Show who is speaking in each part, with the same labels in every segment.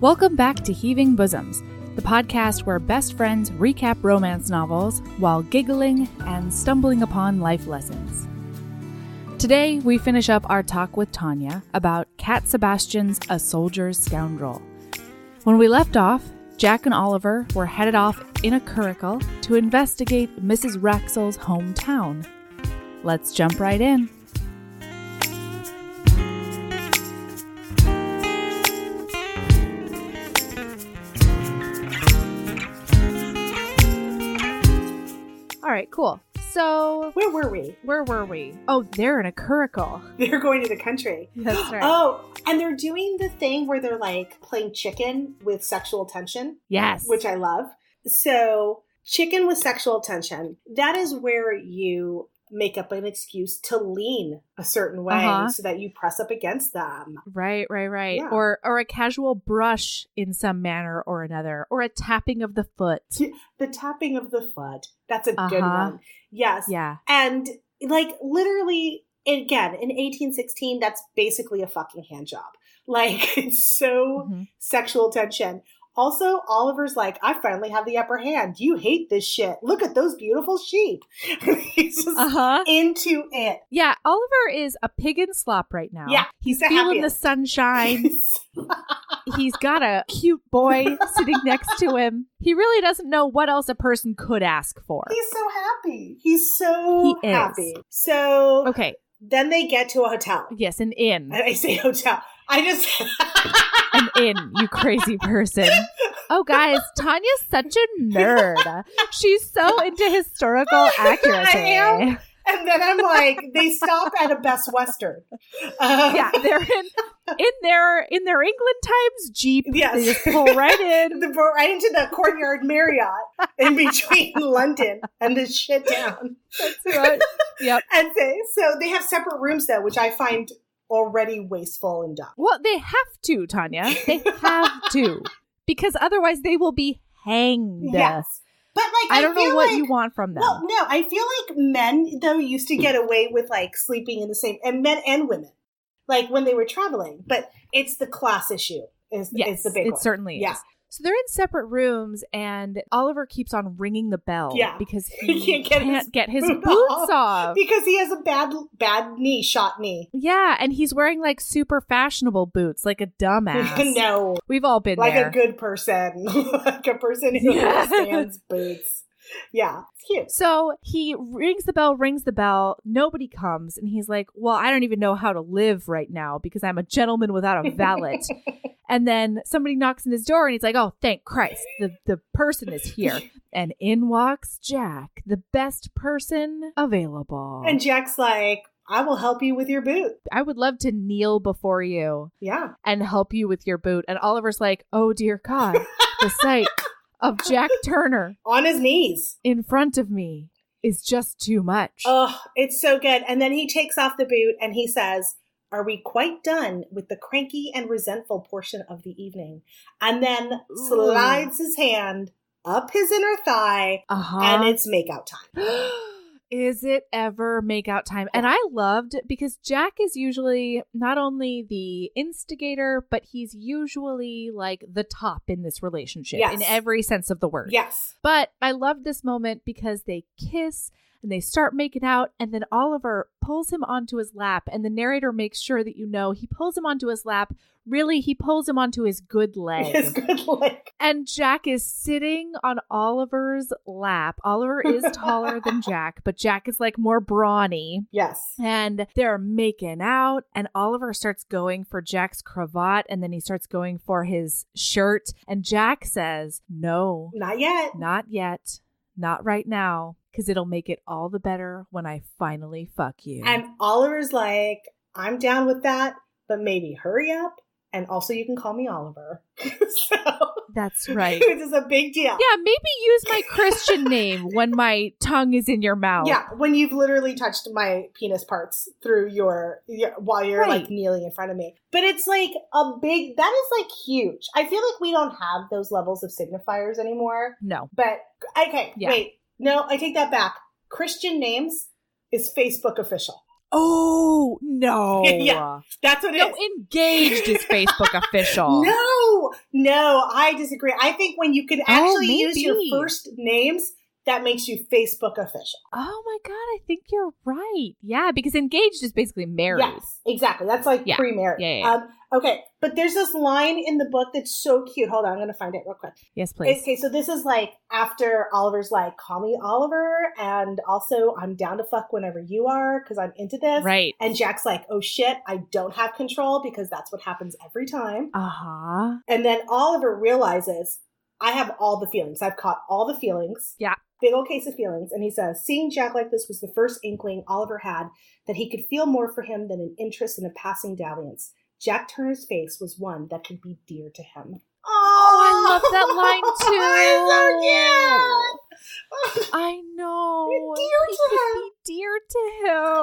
Speaker 1: Welcome back to Heaving Bosoms, the podcast where best friends recap romance novels while giggling and stumbling upon life lessons. Today, we finish up our talk with Tanya about Cat Sebastian's A Soldier's Scoundrel. When we left off, Jack and Oliver were headed off in a curricle to investigate Mrs. Raxel's hometown. Let's jump right in. All right, cool. So,
Speaker 2: Where were we?
Speaker 1: where were we? Oh, they're in a curricle.
Speaker 2: They're going to the country.
Speaker 1: That's right.
Speaker 2: Oh, and they're doing the thing where they're like playing chicken with sexual tension,
Speaker 1: Yes.
Speaker 2: which I love. So, chicken with sexual tension, that is where you make up an excuse to lean a certain way
Speaker 1: Uh-huh.
Speaker 2: so that you press up against them.
Speaker 1: Right, right, right.
Speaker 2: Yeah.
Speaker 1: Or or a casual brush in some manner or another, or a tapping of the foot.
Speaker 2: The tapping of the foot, that's a good
Speaker 1: Uh-huh.
Speaker 2: one. Yes.
Speaker 1: Yeah.
Speaker 2: And like literally, again, in 1816, that's basically a fucking hand job. Like, it's so.
Speaker 1: Mhm.
Speaker 2: sexual tension. Also, Oliver's like, I finally have the upper hand. You hate this shit. Look at those beautiful sheep. He's just
Speaker 1: Uh-huh.
Speaker 2: into it.
Speaker 1: Yeah, Oliver is a pig in slop right now.
Speaker 2: Yeah,
Speaker 1: He's
Speaker 2: he's the
Speaker 1: feeling the
Speaker 2: happiest.
Speaker 1: sunshine. he's got a cute boy sitting next to him. He really doesn't know what else a person could ask for.
Speaker 2: He's so happy. He's so
Speaker 1: He is.
Speaker 2: happy. So
Speaker 1: Okay. Mm-hmm.
Speaker 2: then they get to a hotel.
Speaker 1: Yes, an inn.
Speaker 2: And I say hotel. I just
Speaker 1: an inn, you crazy person. Oh, guys, Tanya's such a nerd. She's so into historical accuracy.
Speaker 2: am. and then I'm like, they stop at a Best Western. Um,
Speaker 1: Yeah, they're in in their in their England times Jeep. They
Speaker 2: Yes.
Speaker 1: just pull right in.
Speaker 2: The, right into the Courtyard Marriott in between London and the shit town.
Speaker 1: That's right. Yep.
Speaker 2: And they, so they have separate rooms though, which I find already wasteful and dumb.
Speaker 1: Well, they have to, Tanya. They have to. Because otherwise they will be hanged.
Speaker 2: But like, I,
Speaker 1: I don't
Speaker 2: feel
Speaker 1: know what
Speaker 2: like,
Speaker 1: you want from them. Hmm.
Speaker 2: Well, no, I feel like men though used to get away with like sleeping in the same, and men and women, like when they were traveling. But it's the class issue is,
Speaker 1: yes,
Speaker 2: is the big
Speaker 1: it
Speaker 2: one.
Speaker 1: certainly
Speaker 2: Yeah.
Speaker 1: is. So they're in separate rooms, and Oliver keeps on ringing the bell
Speaker 2: Yeah.
Speaker 1: because
Speaker 2: He
Speaker 1: he
Speaker 2: can't get his
Speaker 1: can't get his
Speaker 2: boot
Speaker 1: boots
Speaker 2: off.
Speaker 1: off.
Speaker 2: because he has a bad bad knee, shot knee.
Speaker 1: Yeah, and he's wearing like super fashionable boots, like a dumbass.
Speaker 2: no,
Speaker 1: We've all been
Speaker 2: like
Speaker 1: there.
Speaker 2: a good person, like a person who
Speaker 1: Yeah.
Speaker 2: understands boots. Yeah, it's cute.
Speaker 1: So he rings the bell, rings the bell. Nobody comes. And he's like, Well, I don't even know how to live right now because I'm a gentleman without a valet. and then somebody knocks on his door and he's like, Oh, thank Christ. The, the person is here. And in walks Jack, the best person available.
Speaker 2: And Jack's like, I will help you with your boot.
Speaker 1: I would love to kneel before you
Speaker 2: Yeah.
Speaker 1: and help you with your boot. And Oliver's like, Oh, dear God, the sight of Jack Turner
Speaker 2: On his knees.
Speaker 1: in front of me is just too much.
Speaker 2: Oh, it's so good. And then he takes off the boot and he says, Are we quite done with the cranky and resentful portion of the evening? And then
Speaker 1: Ooh.
Speaker 2: slides his hand up his inner thigh
Speaker 1: uh-huh.
Speaker 2: and it's makeout time.
Speaker 1: is it ever makeout time? And I loved because Jack is usually not only the instigator, but he's usually like the top in this relationship
Speaker 2: Yes.
Speaker 1: in every sense of the word.
Speaker 2: Yes.
Speaker 1: But I loved this moment because they kiss and they start making out, and then Oliver pulls him onto his lap, and the narrator makes sure that you know he pulls him onto his lap. Really, he pulls him onto his good leg.
Speaker 2: It's good like
Speaker 1: And Jack is sitting on Oliver's lap. Oliver is taller than Jack, but Jack is like more brawny.
Speaker 2: Yes.
Speaker 1: And they're making out, and Oliver starts going for Jack's cravat, and then he starts going for his shirt. And Jack says, No,
Speaker 2: Not yet.
Speaker 1: not yet, not right now, because it'll make it all the better when I finally fuck you.
Speaker 2: And Oliver's like, I'm down with that, but maybe hurry up. And also you can call me Oliver. so
Speaker 1: That's right.
Speaker 2: this is a big deal.
Speaker 1: Yeah, maybe use my Christian name when my tongue is in your mouth.
Speaker 2: Yeah, when you've literally touched my penis parts through your, your while you're
Speaker 1: Right.
Speaker 2: like kneeling in front of me. But it's like a big that is like huge. I feel like we don't have those levels of signifiers anymore.
Speaker 1: No.
Speaker 2: But okay,
Speaker 1: Yeah.
Speaker 2: wait. No, I take that back. Christian names is Facebook official.
Speaker 1: Oh no!
Speaker 2: Yeah. That's what it
Speaker 1: No,
Speaker 2: is.
Speaker 1: engaged is Facebook official.
Speaker 2: No, no, I disagree. I think when you can actually use your
Speaker 1: Oh, maybe. first
Speaker 2: first names, that makes you Facebook official.
Speaker 1: Oh my god, I think you're right. Yeah, because engaged is basically married.
Speaker 2: Yes, exactly. That's like
Speaker 1: Yeah.
Speaker 2: pre-marriage.
Speaker 1: Yeah, yeah, yeah.
Speaker 2: Um, okay, but there's this line in the book that's so cute. Hold on, I'm going to find it real quick.
Speaker 1: Yes, please.
Speaker 2: Okay, so this is like after Oliver's like, "Call me Oliver," and also I'm down to fuck whenever you are because I'm into this.
Speaker 1: Right.
Speaker 2: And Jack's like, "Oh shit, I don't have control because that's what happens every time."
Speaker 1: Uh huh.
Speaker 2: And then Oliver realizes, I have all the feelings. I've caught all the feelings.
Speaker 1: Yeah.
Speaker 2: Big old case of feelings. And he says, seeing Jack like this was the first inkling Oliver had that he could feel more for him than an interest in a passing dalliance. Jack Turner's face was one that could be dear to him.
Speaker 1: Oh, I love that line too.
Speaker 2: it's so cute.
Speaker 1: I know.
Speaker 2: You're dear
Speaker 1: He
Speaker 2: to
Speaker 1: could
Speaker 2: him.
Speaker 1: Be dear to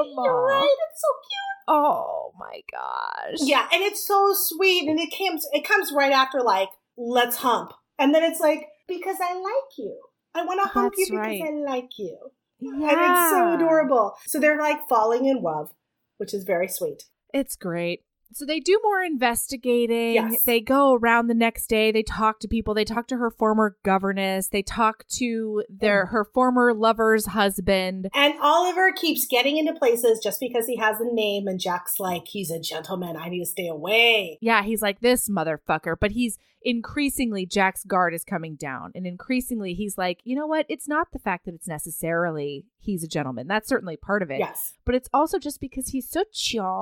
Speaker 1: him.
Speaker 2: You're right. It's so cute.
Speaker 1: Oh my gosh.
Speaker 2: Yeah, and it's so sweet, and it comes it comes right after like let's hump, and then it's like because I like you, I want to hump you
Speaker 1: That's right.
Speaker 2: because I like you,
Speaker 1: yeah.
Speaker 2: and it's so adorable. So they're like falling in love, which is very sweet.
Speaker 1: It's great. So they do more investigating.
Speaker 2: Yes.
Speaker 1: They go around the next day. They talk to people. They talk to her former governess. They talk to
Speaker 2: Mm.
Speaker 1: their her former lover's husband.
Speaker 2: And Oliver keeps getting into places just because he has a name, and Jack's like he's a gentleman. I need to stay away.
Speaker 1: Yeah, he's like this motherfucker, but he's increasingly Jack's guard is coming down and increasingly he's like, "You know what? It's not the fact that it's necessarily he's a gentleman. That's certainly part of it.
Speaker 2: Yes,
Speaker 1: But it's also just because he's so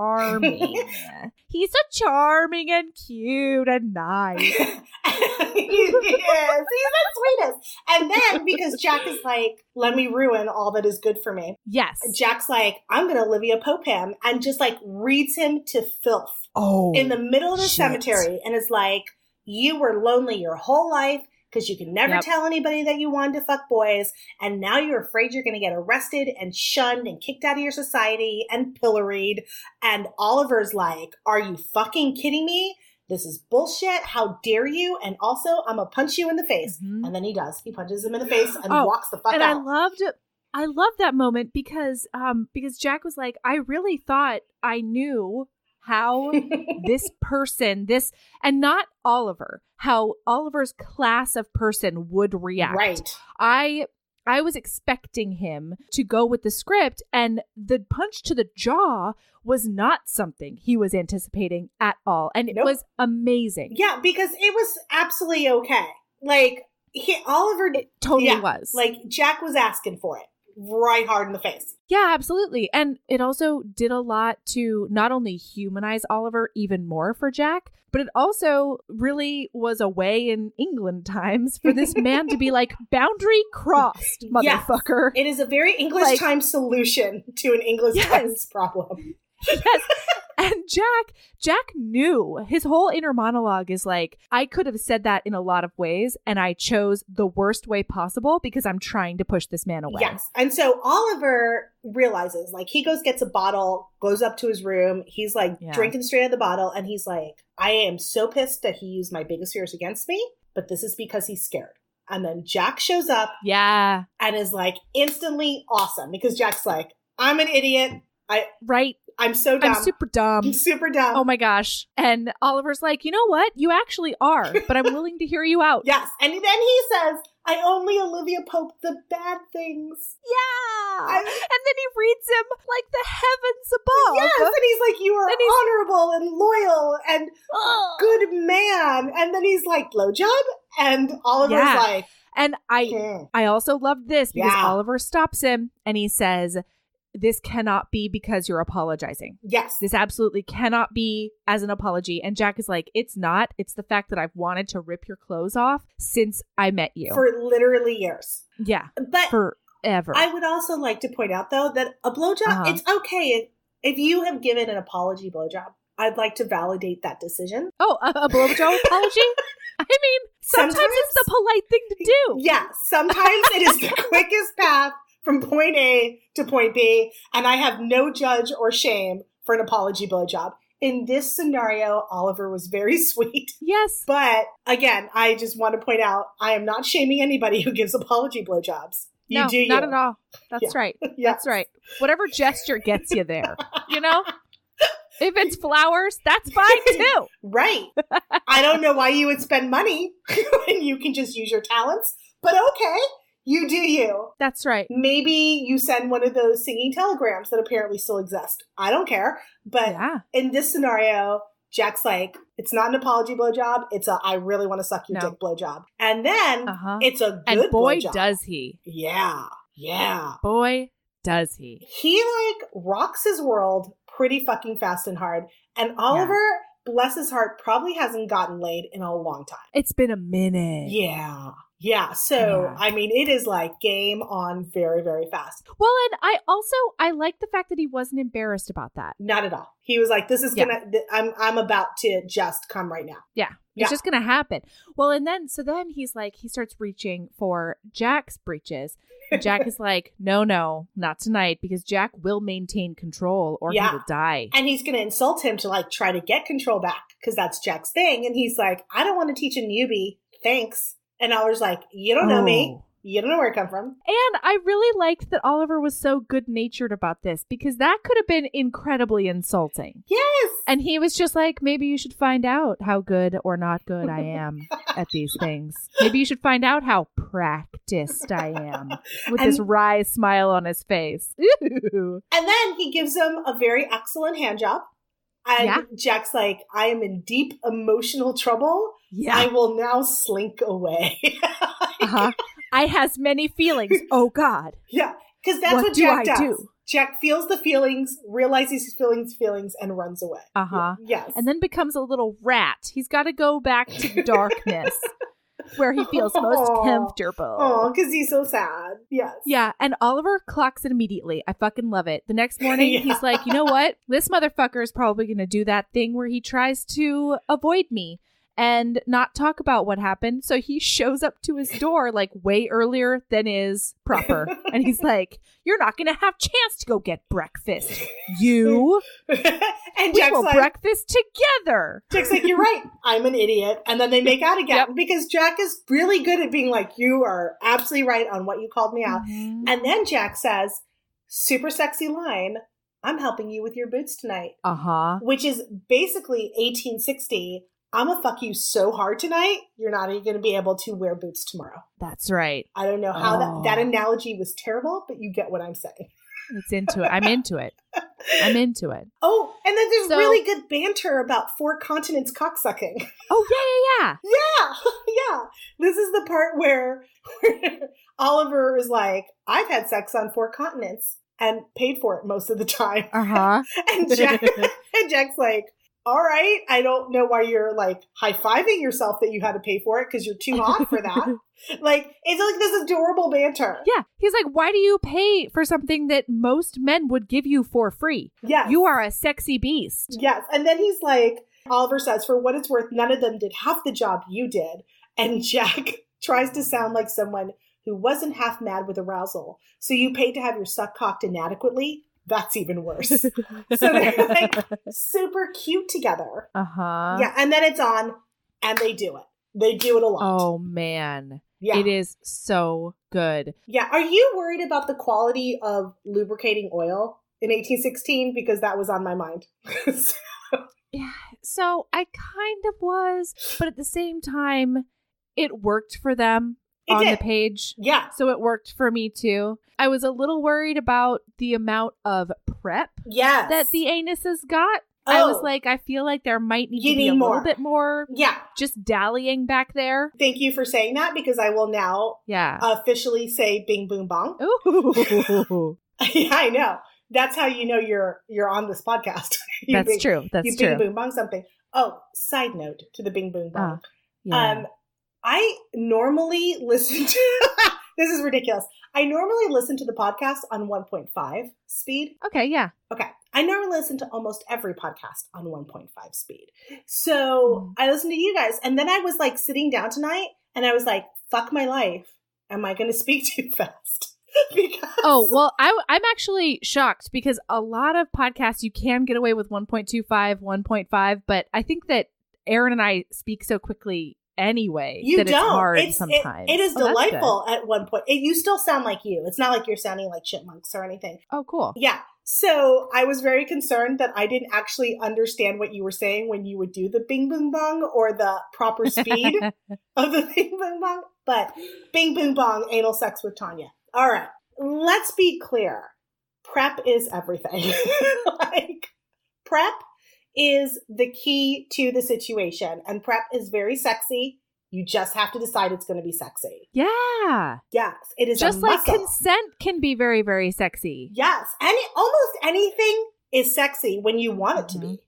Speaker 1: charming. he's so charming and cute and nice.
Speaker 2: yes, he's the sweetest. And then because Jack is like, let me ruin all that is good for me.
Speaker 1: Yes.
Speaker 2: Jack's like, I'm gonna Olivia Pope him and just like reads him to filth
Speaker 1: Oh.
Speaker 2: in the middle of the
Speaker 1: shit.
Speaker 2: cemetery and is like, You were lonely your whole life because you could never
Speaker 1: Yep.
Speaker 2: tell anybody that you wanted to fuck boys, and now you're afraid you're gonna get arrested and shunned and kicked out of your society and pilloried. And Oliver's like, Are you fucking kidding me? This is bullshit. How dare you? And also, I'm gonna punch you in the face.
Speaker 1: Mhm.
Speaker 2: And then he does. He punches him in the face and
Speaker 1: Oh,
Speaker 2: walks the fuck
Speaker 1: and
Speaker 2: out.
Speaker 1: I loved I loved that moment because um because Jack was like, I really thought I knew how this person, this and not Oliver, how Oliver's class of person would react.
Speaker 2: Right.
Speaker 1: I I was expecting him to go with the script and the punch to the jaw was not something he was anticipating at all. And it
Speaker 2: Nope.
Speaker 1: was amazing.
Speaker 2: Yeah, because it was absolutely okay. Like he, Oliver,
Speaker 1: It totally
Speaker 2: Yeah,
Speaker 1: was.
Speaker 2: like Jack was asking for it right hard in the face.
Speaker 1: Yeah, absolutely. And it also did a lot to not only humanize Oliver even more for Jack, but it also really was a way in England times for this man to be like, boundary crossed,
Speaker 2: Yes.
Speaker 1: motherfucker.
Speaker 2: It is a very English
Speaker 1: Like-
Speaker 2: time solution to an English
Speaker 1: Yes.
Speaker 2: times problem.
Speaker 1: yes. And Jack, Jack knew his whole inner monologue is like, I could have said that in a lot of ways, and I chose the worst way possible because I'm trying to push this man away.
Speaker 2: Yes, and so Oliver realizes, like, he goes gets a bottle, goes up to his room. He's like
Speaker 1: Yeah.
Speaker 2: drinking straight out of the bottle, and he's like, "I am so pissed that he used my biggest fears against me, but this is because he's scared." And then Jack shows up
Speaker 1: Yeah.
Speaker 2: and is like instantly awesome because Jack's like, "I'm an idiot.
Speaker 1: Right.
Speaker 2: I'm so dumb.
Speaker 1: I'm super dumb.
Speaker 2: I'm super dumb.
Speaker 1: Oh my gosh. And Oliver's like, you know what? You actually are, but I'm willing to hear you out.
Speaker 2: yes. And then he says, I only Olivia Pope the bad things.
Speaker 1: Yeah.
Speaker 2: I-
Speaker 1: And then he reads him like the heavens above.
Speaker 2: yes. And he's like, You are
Speaker 1: And Oh, he's-
Speaker 2: honorable and loyal and
Speaker 1: Ugh.
Speaker 2: good man. And then he's like, Blowjob? And Oliver's
Speaker 1: Yeah.
Speaker 2: like,
Speaker 1: And I
Speaker 2: "Hmm."
Speaker 1: I also loved this because
Speaker 2: Yeah.
Speaker 1: Oliver stops him and he says, This cannot be because you're apologizing.
Speaker 2: Yes.
Speaker 1: This absolutely cannot be as an apology. And Jack is like, It's not. It's the fact that I've wanted to rip your clothes off since I met you.
Speaker 2: For literally years.
Speaker 1: yeah.
Speaker 2: But
Speaker 1: Forever.
Speaker 2: I would also like to point out, though, that a blowjob,
Speaker 1: Uh-huh.
Speaker 2: it's okay if, if you have given an apology blowjob. I'd like to validate that decision.
Speaker 1: Oh, a, a blowjob apology? I mean, sometimes, it's the polite thing to do.
Speaker 2: Yeah, sometimes it is the quickest path from point A to point B, and I have no judge or shame for an apology blowjob. In this scenario, Oliver was very sweet.
Speaker 1: Yes.
Speaker 2: But again, I just want to point out I am not shaming anybody who gives apology blowjobs. You
Speaker 1: no,
Speaker 2: do
Speaker 1: not
Speaker 2: you.
Speaker 1: at all. That's right.
Speaker 2: Yeah.
Speaker 1: That's right. Whatever gesture gets you there, you know? If it's flowers, that's fine too.
Speaker 2: Right. I don't know why you would spend money when you can just use your talents, but okay, you do you.
Speaker 1: That's right.
Speaker 2: Maybe you send one of those singing telegrams that apparently still exist. I don't care. But
Speaker 1: Yeah.
Speaker 2: in this scenario, Jack's like, it's not an apology blowjob. It's a I really want to suck your
Speaker 1: No.
Speaker 2: dick blowjob. And then
Speaker 1: Uh huh.
Speaker 2: it's a good
Speaker 1: And boy,
Speaker 2: blowjob.
Speaker 1: does he.
Speaker 2: Yeah. Yeah.
Speaker 1: Boy, does he.
Speaker 2: He like rocks his world pretty fucking fast and hard. And Oliver, bless his heart, probably hasn't gotten laid in a long time.
Speaker 1: It's been a minute.
Speaker 2: Yeah. Yeah. So,
Speaker 1: Eh. Yeah.
Speaker 2: I mean, it is like game on very, very fast.
Speaker 1: Well, and I also I like the fact that he wasn't embarrassed about that.
Speaker 2: Not at all. He was like, this is
Speaker 1: Yeah.
Speaker 2: going to, I'm, I'm about to just come right now. Yeah.
Speaker 1: It's just gonna happen. Well, and then so then he's like he starts reaching for Jack's breeches. And Jack is like, no, no, not tonight, because Jack will maintain control or
Speaker 2: Yeah.
Speaker 1: he will die.
Speaker 2: And he's going to insult him to like try to get control back because that's Jack's thing. And he's like, I don't want to teach a newbie. Thanks. And Oliver's like, you don't know me.
Speaker 1: Oh.
Speaker 2: You don't know where I come from.
Speaker 1: And I really liked that Oliver was so good natured about this because that could have been incredibly insulting.
Speaker 2: Yes.
Speaker 1: And he was just like, maybe you should find out how good or not good I am at these things. Maybe you should find out how practiced I am with this wry smile on his face. Ooh.
Speaker 2: And then he gives him a very excellent hand job. And
Speaker 1: Yeah.
Speaker 2: Jack's like, I am in deep emotional trouble. I
Speaker 1: Yeah.
Speaker 2: will now slink away.
Speaker 1: Uh-huh. I has many feelings. Oh God.
Speaker 2: yeah. Because that's what,
Speaker 1: What do
Speaker 2: Jack
Speaker 1: I
Speaker 2: does.
Speaker 1: do?
Speaker 2: Jack feels the feelings, realizes his feelings, feelings, and runs away.
Speaker 1: Uh-huh.
Speaker 2: Yes.
Speaker 1: And then becomes a little rat. He's gotta go back to the darkness where he feels most
Speaker 2: Aw.
Speaker 1: comfortable.
Speaker 2: Oh, because he's so sad. Yes.
Speaker 1: Yeah, and Oliver clocks it immediately. I fucking love it. The next morning,
Speaker 2: Yeah.
Speaker 1: he's like, you know what? This motherfucker is probably going to do that thing where he tries to avoid me and not talk about what happened. So he shows up to his door like way earlier than is proper. and he's like, you're not going to have chance to go get breakfast. You,
Speaker 2: and
Speaker 1: we
Speaker 2: Jack's
Speaker 1: will
Speaker 2: like,
Speaker 1: breakfast together.
Speaker 2: Jack's like, you're right. I'm an idiot. And then they make out again
Speaker 1: Yep.
Speaker 2: because Jack is really good at being like, you are absolutely right on what you called me out.
Speaker 1: Mhm.
Speaker 2: And then Jack says, super sexy line, I'm helping you with your boots tonight,
Speaker 1: Uh-huh.
Speaker 2: which is basically 1860. I'm going to fuck you so hard tonight, you're not even going to be able to wear boots tomorrow.
Speaker 1: That's right.
Speaker 2: I don't know how
Speaker 1: Oh.
Speaker 2: that, that analogy was terrible, but you get what I'm saying.
Speaker 1: It's into it. I'm into it. I'm into it.
Speaker 2: Oh, and then there's
Speaker 1: So-
Speaker 2: really good banter about four continents cocksucking.
Speaker 1: Oh, yeah, yeah, yeah.
Speaker 2: Yeah, yeah. This is the part where Oliver is like, I've had sex on four continents and paid for it most of the time.
Speaker 1: Uh-huh.
Speaker 2: And Jack and Jack's like, all right, I don't know why you're like high fiving yourself that you had to pay for it because you're too hot for that. like, it's like this adorable banter.
Speaker 1: Yeah. He's like, why do you pay for something that most men would give you for free?
Speaker 2: Yes.
Speaker 1: You are a sexy beast.
Speaker 2: yes. And then he's like, Oliver says, for what it's worth, none of them did half the job you did. And Jack tries to sound like someone who wasn't half mad with arousal. So you paid to have your suck cocked inadequately? That's even worse. so they're like super cute together.
Speaker 1: uh huh.
Speaker 2: Yeah, and then it's on, and they do it. They do it a lot.
Speaker 1: Oh, man.
Speaker 2: yeah,
Speaker 1: It is so good.
Speaker 2: yeah. Are you worried about the quality of lubricating oil in 1816? Because that was on my mind.
Speaker 1: So I kind of was, but at the same time, it worked for them
Speaker 2: It
Speaker 1: on
Speaker 2: did.
Speaker 1: the page.
Speaker 2: yeah,
Speaker 1: So it worked for me too. I was a little worried about the amount of prep
Speaker 2: yes.
Speaker 1: that the anuses got. I was
Speaker 2: Oh.
Speaker 1: like, I feel like there might need
Speaker 2: You
Speaker 1: to be a
Speaker 2: need more.
Speaker 1: little bit more
Speaker 2: yeah.
Speaker 1: just dallying back there.
Speaker 2: Thank you for saying that because I will now
Speaker 1: Yeah.
Speaker 2: officially say Bing Boom Bong.
Speaker 1: Ooh.
Speaker 2: yeah, I know. That's how you know you're you're on this podcast. you
Speaker 1: That's
Speaker 2: bing,
Speaker 1: true. That's
Speaker 2: you
Speaker 1: true.
Speaker 2: Bing Boom Bong something. Oh, side note to the Bing Boom Bong.
Speaker 1: Ah. Yeah.
Speaker 2: Um, I normally listen to this is ridiculous. I normally listen to the podcast on 1.5 speed.
Speaker 1: okay, yeah.
Speaker 2: Okay. I normally listen to almost every podcast on 1.5 speed.
Speaker 1: Mm-hmm.
Speaker 2: So I listened to you guys. And then I was like sitting down tonight and I was like, fuck my life. Am I going to speak too fast? because,
Speaker 1: Oh, well, I, I'm actually shocked because a lot of podcasts you can get away with 1.25, 1.5, but I think that Aaron and I speak so quickly anyway
Speaker 2: You
Speaker 1: that
Speaker 2: don't.
Speaker 1: it's hard
Speaker 2: It's- it-
Speaker 1: sometimes.
Speaker 2: it is
Speaker 1: Oh, that's good.
Speaker 2: delightful at one point. It, you still sound like you. It's not like you're sounding like chipmunks or anything.
Speaker 1: Oh, cool.
Speaker 2: Yeah. So I was very concerned that I didn't actually understand what you were saying when you would do the bing boom bong or the proper speed of the bing boom bong. But bing boom bong anal sex with Tanya. All right. Let's be clear. Prep is everything. like prep is the key to the situation. And prep is very sexy. You just have to decide it's gonna be sexy.
Speaker 1: yeah.
Speaker 2: Yes. It is
Speaker 1: Just
Speaker 2: a
Speaker 1: like
Speaker 2: muscle.
Speaker 1: consent can be very, very sexy.
Speaker 2: Yes, any almost anything is sexy when you want it to
Speaker 1: Mm-hmm.
Speaker 2: be.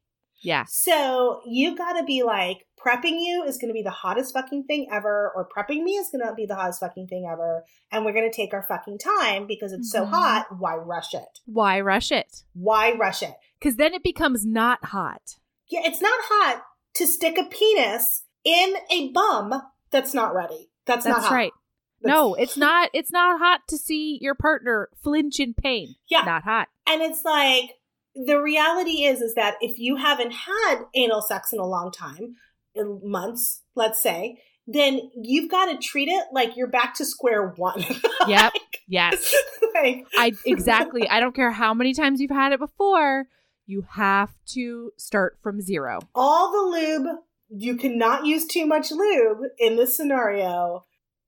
Speaker 1: Yeah.
Speaker 2: So you got to be like prepping you is going to be the hottest fucking thing ever, or prepping me is going to be the hottest fucking thing ever, and we're going to take our fucking time because it's so
Speaker 1: Mhm.
Speaker 2: hot. Why rush it?
Speaker 1: Why rush it?
Speaker 2: Why rush it?
Speaker 1: Because then it becomes not hot.
Speaker 2: Yeah, it's not hot to stick a penis in a bum that's not ready. That's, not
Speaker 1: That's
Speaker 2: hot.
Speaker 1: right.
Speaker 2: That's-
Speaker 1: no, it's not. It's not hot to see your partner flinch in pain.
Speaker 2: Yeah.
Speaker 1: Not hot.
Speaker 2: And it's like the reality is is that if you haven't had anal sex in a long time, in months, let's say, then you've got to treat it like you're back to square one.
Speaker 1: Yep. yes.
Speaker 2: like,
Speaker 1: I exactly. I don't care how many times you've had it before. You have to start from zero.
Speaker 2: all the lube, you cannot use too much lube in this scenario.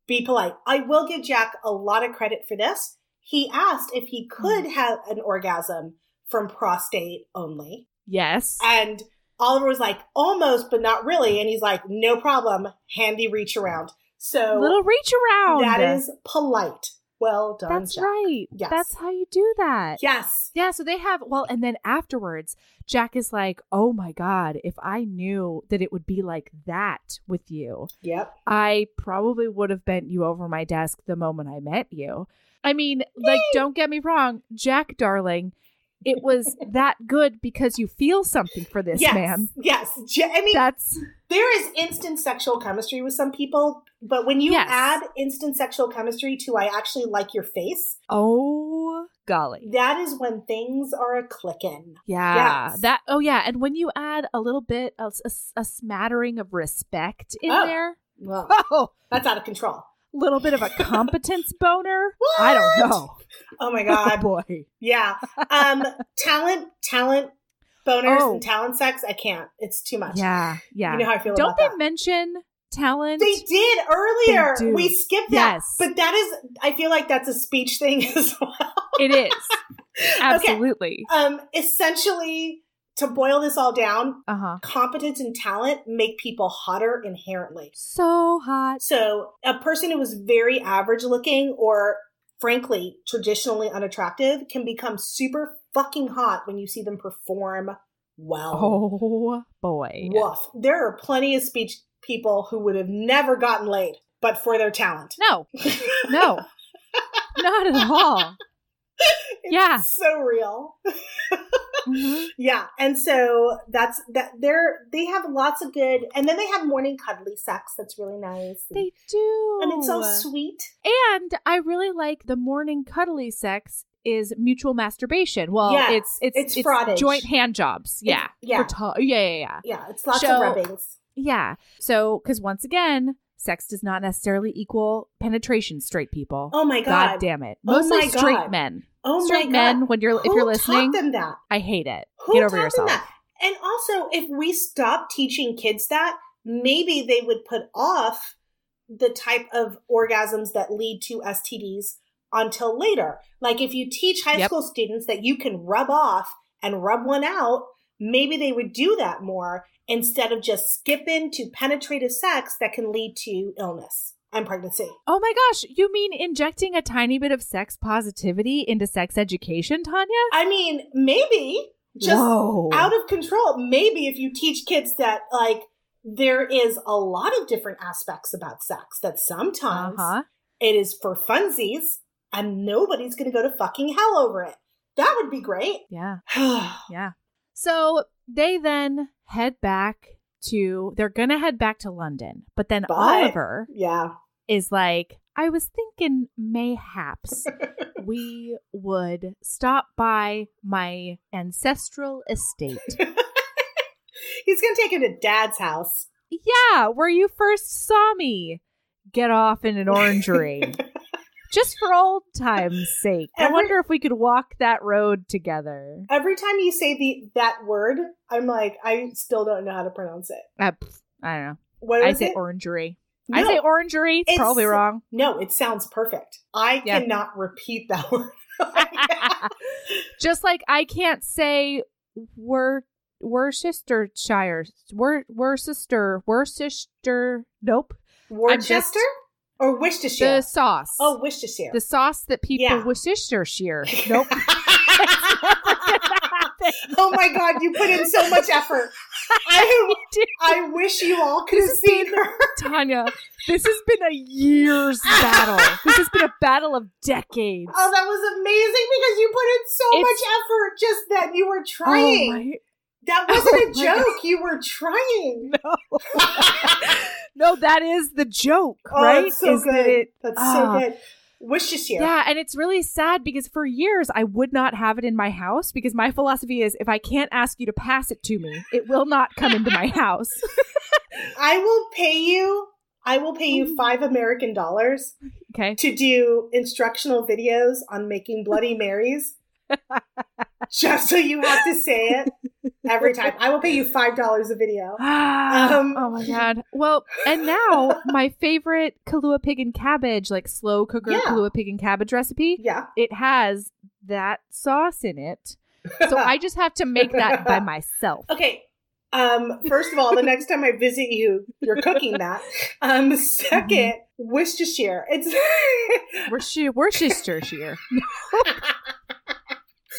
Speaker 2: Be polite. I will give Jack a lot of credit for this. He asked if he
Speaker 1: Hmm.
Speaker 2: could have an orgasm from prostate only.
Speaker 1: Yes.
Speaker 2: And Oliver was like, almost, but not really. And he's like, no problem. Handy reach around. So
Speaker 1: Little reach around.
Speaker 2: that is polite. Well done,
Speaker 1: That's
Speaker 2: Jack.
Speaker 1: right.
Speaker 2: Yes.
Speaker 1: That's how you do that.
Speaker 2: Yes.
Speaker 1: Yeah, so they have well, and then afterwards, Jack is like, "Oh my god, if I knew that it would be like that with you,
Speaker 2: Yep.
Speaker 1: I probably would have bent you over my desk the moment I met you." I mean, like, don't get me wrong, Jack, darling, it was that good because you feel something for this
Speaker 2: yes.
Speaker 1: man.
Speaker 2: Yes. Ja- I mean,
Speaker 1: That's
Speaker 2: there is instant sexual chemistry with some people, but when you
Speaker 1: Yes.
Speaker 2: add instant sexual chemistry to I actually like your face,
Speaker 1: oh golly.
Speaker 2: that is when things are a clicking.
Speaker 1: Yeah,
Speaker 2: Yes.
Speaker 1: that. Oh, yeah, and when you add a little bit, of s- a, s- a smattering of respect in
Speaker 2: Oh.
Speaker 1: there,
Speaker 2: Well,
Speaker 1: oh,
Speaker 2: that's out of control.
Speaker 1: little bit of a competence boner. I don't know.
Speaker 2: Oh my
Speaker 1: Oh
Speaker 2: God.
Speaker 1: boy.
Speaker 2: Yeah. Um, talent, talent boners
Speaker 1: Oh.
Speaker 2: and talent sex. I can't. It's too much.
Speaker 1: Yeah, yeah.
Speaker 2: You know how I feel
Speaker 1: don't
Speaker 2: about
Speaker 1: they
Speaker 2: that.
Speaker 1: mention talent?
Speaker 2: They did earlier.
Speaker 1: They do.
Speaker 2: We skipped that.
Speaker 1: Yes.
Speaker 2: But that is, I feel like that's a speech thing as well.
Speaker 1: it is absolutely.
Speaker 2: Um, essentially, to boil this all down,
Speaker 1: Uh huh.
Speaker 2: competence and talent make people hotter inherently.
Speaker 1: So hot.
Speaker 2: So, a person who is very average looking or frankly traditionally unattractive can become super fucking hot when you see them perform well.
Speaker 1: Oh boy.
Speaker 2: Woof. There are plenty of speech people who would have never gotten laid but for their talent.
Speaker 1: No, no, not at all. Yeah.
Speaker 2: It's so real.
Speaker 1: Mhm.
Speaker 2: Yeah. And so that's that they're they have lots of good and then they have morning cuddly sex that's really nice.
Speaker 1: They do.
Speaker 2: and it's so sweet.
Speaker 1: And I really like the morning cuddly sex is mutual masturbation. Well,
Speaker 2: Yeah,
Speaker 1: it's it's
Speaker 2: it's frottage.
Speaker 1: joint hand jobs. Yeah.
Speaker 2: yeah.
Speaker 1: For to- yeah, yeah, yeah.
Speaker 2: Yeah, it's lots
Speaker 1: So-
Speaker 2: of rubbings.
Speaker 1: Yeah. So, because once again, sex does not necessarily equal penetration. Straight people.
Speaker 2: Oh my god.
Speaker 1: damn it!
Speaker 2: Oh
Speaker 1: Mostly
Speaker 2: my
Speaker 1: straight
Speaker 2: God.
Speaker 1: men.
Speaker 2: Oh my
Speaker 1: straight
Speaker 2: god.
Speaker 1: men. When you're if
Speaker 2: Who
Speaker 1: you're listening,
Speaker 2: taught them that?
Speaker 1: I hate it.
Speaker 2: Who
Speaker 1: Get over
Speaker 2: taught
Speaker 1: yourself.
Speaker 2: them that? And also, if we stop teaching kids that, maybe they would put off the type of orgasms that lead to STDs until later. Like if you teach high
Speaker 1: Yep.
Speaker 2: school students that you can rub off and rub one out, maybe they would do that more instead of just skipping to penetrative sex that can lead to illness and pregnancy.
Speaker 1: Oh my gosh! You mean injecting a tiny bit of sex positivity into sex education, Tanya?
Speaker 2: I mean, maybe just
Speaker 1: Whoa.
Speaker 2: out of control. Maybe if you teach kids that, like, there is a lot of different aspects about sex that sometimes
Speaker 1: uh-huh.
Speaker 2: it is for funsies and nobody's going to go to fucking hell over it. That would be great.
Speaker 1: Yeah.
Speaker 2: yeah.
Speaker 1: Yeah. So they then head back to. They're gonna head back to London, but then
Speaker 2: But-
Speaker 1: Oliver. is like, I was thinking mayhaps we would stop by my ancestral estate.
Speaker 2: He's going to take him to dad's house.
Speaker 1: yeah, where you first saw me get off in an orangery. Just for old time's sake. I
Speaker 2: Every-
Speaker 1: wonder if we could walk that road together.
Speaker 2: Every time you say the that word, I'm like, I still don't know how to pronounce it.
Speaker 1: Uh, pff, I don't know.
Speaker 2: What
Speaker 1: I
Speaker 2: is
Speaker 1: say
Speaker 2: it?
Speaker 1: orangery.
Speaker 2: no,
Speaker 1: I say orangery. It's
Speaker 2: It's-
Speaker 1: probably wrong.
Speaker 2: no, it sounds perfect. I
Speaker 1: Yeah.
Speaker 2: cannot repeat that word. Oh
Speaker 1: Just like I can't say we're Worcestershire. Wor Worcester. Worcester. Nope.
Speaker 2: Worcester or Worcestershire?
Speaker 1: The sauce.
Speaker 2: oh, Worcestershire.
Speaker 1: the sauce that people
Speaker 2: Yeah.
Speaker 1: Worcestershire. Nope.
Speaker 2: oh my god, you put in so much effort. I,
Speaker 1: did.
Speaker 2: I wish you all could have seen her.
Speaker 1: Tanya, this has been a year's battle. This has been a battle of decades.
Speaker 2: Oh, that was amazing because you put
Speaker 1: It's-
Speaker 2: in so much effort just then. You were
Speaker 1: Oh
Speaker 2: trying.
Speaker 1: my-
Speaker 2: that wasn't
Speaker 1: oh
Speaker 2: a
Speaker 1: my
Speaker 2: joke. You were trying.
Speaker 1: no, that is the joke,
Speaker 2: Oh,
Speaker 1: right?
Speaker 2: that's so
Speaker 1: Is that
Speaker 2: good.
Speaker 1: it-
Speaker 2: that's
Speaker 1: ah.
Speaker 2: so good. Worcestershire.
Speaker 1: yeah, and it's really sad because for years I would not have it in my house because my philosophy is if I can't ask you to pass it to me, it will not come into my house.
Speaker 2: I will pay you. I will pay
Speaker 1: Mm-hmm.
Speaker 2: you five American dollars
Speaker 1: Okay.
Speaker 2: to do instructional videos on making Bloody Marys. just so you have to say it every time. I will pay you five dollars a video.
Speaker 1: Ah,
Speaker 2: Um,
Speaker 1: oh my god. Well, and now my favorite Kahlua pig and cabbage, like slow cooker
Speaker 2: Yeah.
Speaker 1: Kahlua pig and cabbage recipe,
Speaker 2: Yeah.
Speaker 1: it has that sauce in it. So I just have to make that by myself.
Speaker 2: Okay. Um, first of all, the next time I visit you, you're cooking that. Um, 2nd
Speaker 1: Mm-hmm.
Speaker 2: Worcestershire. It's
Speaker 1: Worcestershire. Worcestershire.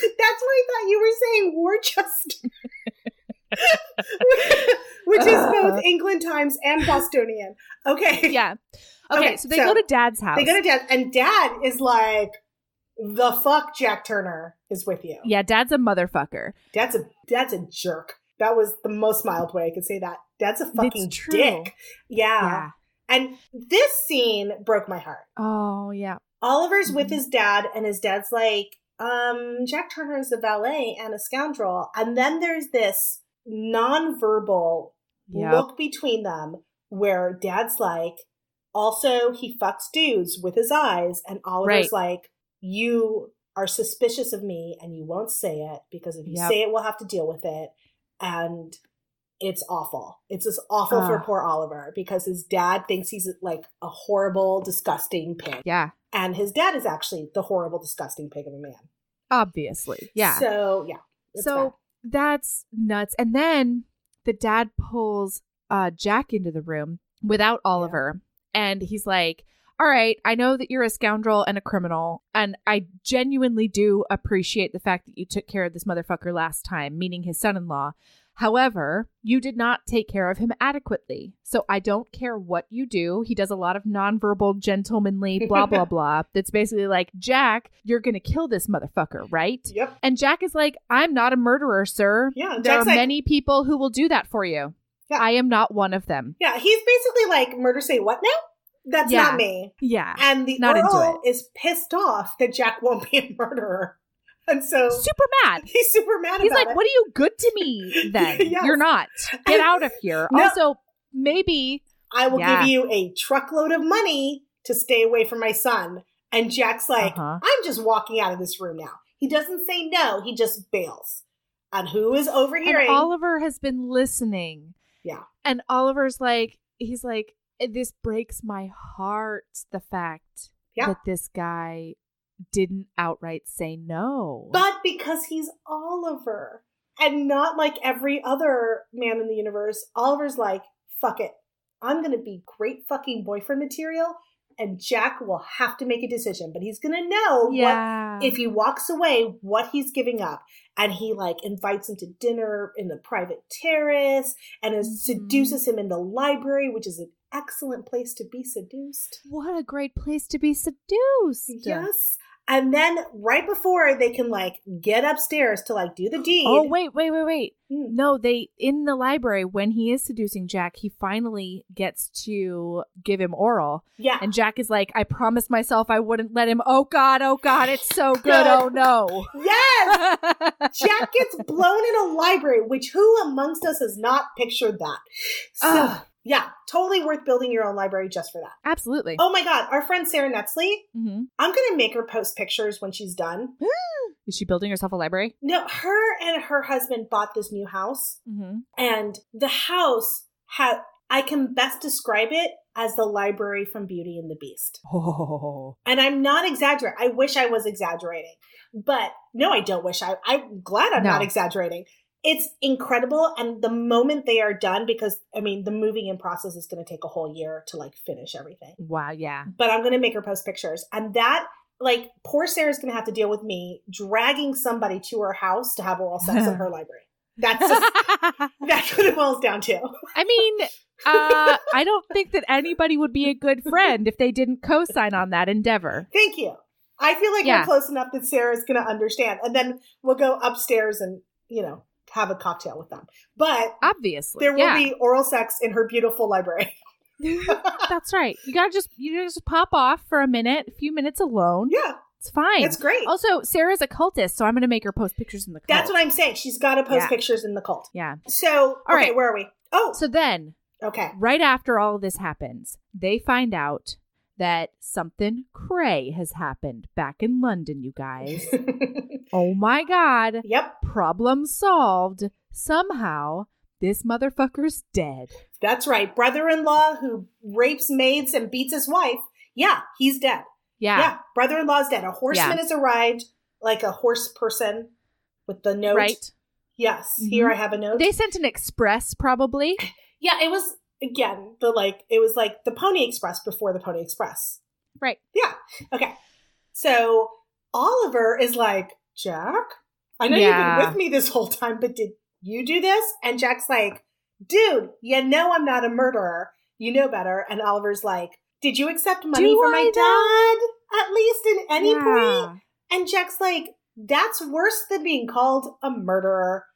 Speaker 2: that's why I thought you were saying Worcester. Which is both England Times and Bostonian. Okay.
Speaker 1: Uh-huh. Yeah. Okay,
Speaker 2: Okay,
Speaker 1: so they
Speaker 2: so
Speaker 1: go to dad's house.
Speaker 2: They go to dad, and dad is like, "The fuck, Jack Turner is with you."
Speaker 1: yeah, dad's a motherfucker.
Speaker 2: Dad's a dad's a jerk. That was the most mild way I could say that. Dad's a fucking
Speaker 1: true.
Speaker 2: dick. Yeah.
Speaker 1: Yeah.
Speaker 2: And this scene broke my heart.
Speaker 1: Oh, yeah.
Speaker 2: Oliver's with
Speaker 1: Mhm.
Speaker 2: his dad, and his dad's like, um, Jack Turner is a valet and a scoundrel. And then there's this nonverbal
Speaker 1: Yeah.
Speaker 2: look between them where dad's like also he fucks dudes with his eyes and oliver's like you are suspicious of me and you won't say it because if you
Speaker 1: Yep.
Speaker 2: say it we'll have to deal with it and it's awful it's just awful for
Speaker 1: Ugh.
Speaker 2: poor oliver because his dad thinks he's like a horrible disgusting pig
Speaker 1: Yeah.
Speaker 2: and his dad is actually the horrible disgusting pig of a man
Speaker 1: Obviously. Yeah.
Speaker 2: so yeah it's
Speaker 1: So that's nuts. And then the dad pulls uh, Jack into the room without Oliver. And he's like, All right, I know that you're a scoundrel and a criminal. And I genuinely do appreciate the fact that you took care of this motherfucker last time, meaning his son in law. However, you did not take care of him adequately. So I don't care what you do. He does a lot of nonverbal, gentlemanly, blah, blah, blah. That's basically like, Jack, you're going to kill this motherfucker, right?
Speaker 2: bad. yep
Speaker 1: And Jack is like, I'm not a murderer, sir.
Speaker 2: yeah
Speaker 1: There
Speaker 2: Jack's
Speaker 1: are
Speaker 2: like-
Speaker 1: many people who will do that for you.
Speaker 2: Yeah.
Speaker 1: I am not one of them.
Speaker 2: yeah he's basically like murder say what now that's
Speaker 1: Yeah.
Speaker 2: not me
Speaker 1: Yeah.
Speaker 2: And the
Speaker 1: Not into
Speaker 2: Earl is pissed off that Jack won't be a murderer. And so
Speaker 1: Super mad.
Speaker 2: he's super mad
Speaker 1: He's
Speaker 2: about
Speaker 1: like,
Speaker 2: it.
Speaker 1: What are you good to me then?
Speaker 2: Yes.
Speaker 1: You're not. Get out of here.
Speaker 2: No.
Speaker 1: Also, maybe
Speaker 2: I will
Speaker 1: Yeah.
Speaker 2: give you a truckload of money to stay away from my son. And Jack's like,
Speaker 1: Uh-huh.
Speaker 2: I'm just walking out of this room now. He doesn't say no, he just bails. And who is overhearing?
Speaker 1: and Oliver has been listening.
Speaker 2: Yeah.
Speaker 1: And Oliver's like, he's like, "Eh, this breaks my heart, the fact
Speaker 2: Yeah.
Speaker 1: that this guy didn't outright say no.
Speaker 2: but because he's Oliver and not like every other man in the universe, Oliver's like, fuck it. I'm going to be great fucking boyfriend material. And Jack will have to make a decision, but he's going to know what
Speaker 1: yeah.
Speaker 2: if he walks away what he's giving up and he like invites him to dinner in the private terrace and is-
Speaker 1: Mhm.
Speaker 2: seduces him in the library which is an excellent place to be seduced
Speaker 1: What a great place to be seduced.
Speaker 2: yes and then right before they can like get upstairs to like do the deed
Speaker 1: Oh, wait, wait, wait, wait.
Speaker 2: Hmm.
Speaker 1: No, they in the library when he is seducing Jack, he finally gets to give him oral.
Speaker 2: yeah
Speaker 1: And Jack is like, I promised myself I wouldn't let him. Oh God, oh God, it's so good. Oh
Speaker 2: No.
Speaker 1: no.
Speaker 2: yes jack gets blown in a library which who amongst us has not pictured that so
Speaker 1: Ugh.
Speaker 2: Yeah, totally worth building your own library just for that.
Speaker 1: Absolutely.
Speaker 2: Oh my God, our friend Sarah Netsley,
Speaker 1: Mm-hmm.
Speaker 2: I'm going to make her post pictures when she's done.
Speaker 1: Is she building herself a library?
Speaker 2: No, her and her husband bought this new house,
Speaker 1: Mm-hmm.
Speaker 2: and the house had, I can best describe it as the library from Beauty and the Beast.
Speaker 1: Oh.
Speaker 2: And I'm not exaggerating. I wish I was exaggerating. But no, I don't wish I I'm glad I'm
Speaker 1: No.
Speaker 2: not exaggerating. It's incredible and the moment they are done because I mean the moving in process is going to take a whole year to like finish everything.
Speaker 1: Wow. Yeah.
Speaker 2: But I'm going to make her post pictures and that like poor Sarah's going to have to deal with me dragging somebody to her house to have oral sex in her library. That's just,
Speaker 1: I
Speaker 2: that's what it boils down to.
Speaker 1: mean, uh, I don't think that anybody would be a good friend if they didn't co-sign on that endeavor.
Speaker 2: Thank you. I feel like
Speaker 1: Yeah.
Speaker 2: we're close enough that Sarah's going to understand. And then we'll go upstairs and, you know, have a cocktail with them. But
Speaker 1: Obviously,
Speaker 2: there will
Speaker 1: yeah.
Speaker 2: be oral sex in her beautiful library.
Speaker 1: Oh, That's right. You gotta just you just pop off for a minute, a few minutes alone.
Speaker 2: yeah,
Speaker 1: It's fine.
Speaker 2: it's great.
Speaker 1: Also, Sarah's a cultist, so I'm gonna make her post pictures in the cult.
Speaker 2: That's what I'm saying. She's got to post
Speaker 1: Yeah.
Speaker 2: pictures in the cult.
Speaker 1: yeah.
Speaker 2: So,
Speaker 1: All
Speaker 2: okay,
Speaker 1: right.
Speaker 2: where are we? Oh,
Speaker 1: So then,
Speaker 2: okay.
Speaker 1: right after all of this happens, they find out that something cray has happened back in London, you guys. oh my god.
Speaker 2: yep,
Speaker 1: Problem solved. Somehow, this motherfucker's dead.
Speaker 2: that's right. Brother in law who rapes maids and beats his wife. Yeah, he's dead. Yeah,
Speaker 1: Yeah.
Speaker 2: brother in law's dead. A horseman
Speaker 1: Yeah.
Speaker 2: has arrived, like a horse person with the note.
Speaker 1: right. Mm-hmm.
Speaker 2: Yes, here I have a note.
Speaker 1: They sent an express probably.
Speaker 2: Yeah, it was again the like it was like the Pony Express before the Pony Express.
Speaker 1: Right.
Speaker 2: Yeah. Okay. So Oliver is like, Jack, I know you've
Speaker 1: Yeah.
Speaker 2: been with me this whole time, but did you do this? And Jack's like, dude, you know I'm not a murderer. You know better. And Oliver's like, did you accept money
Speaker 1: Do
Speaker 2: from my
Speaker 1: I,
Speaker 2: dad? At least in any point.
Speaker 1: Yeah.
Speaker 2: And Jack's like, that's worse than being called a murderer.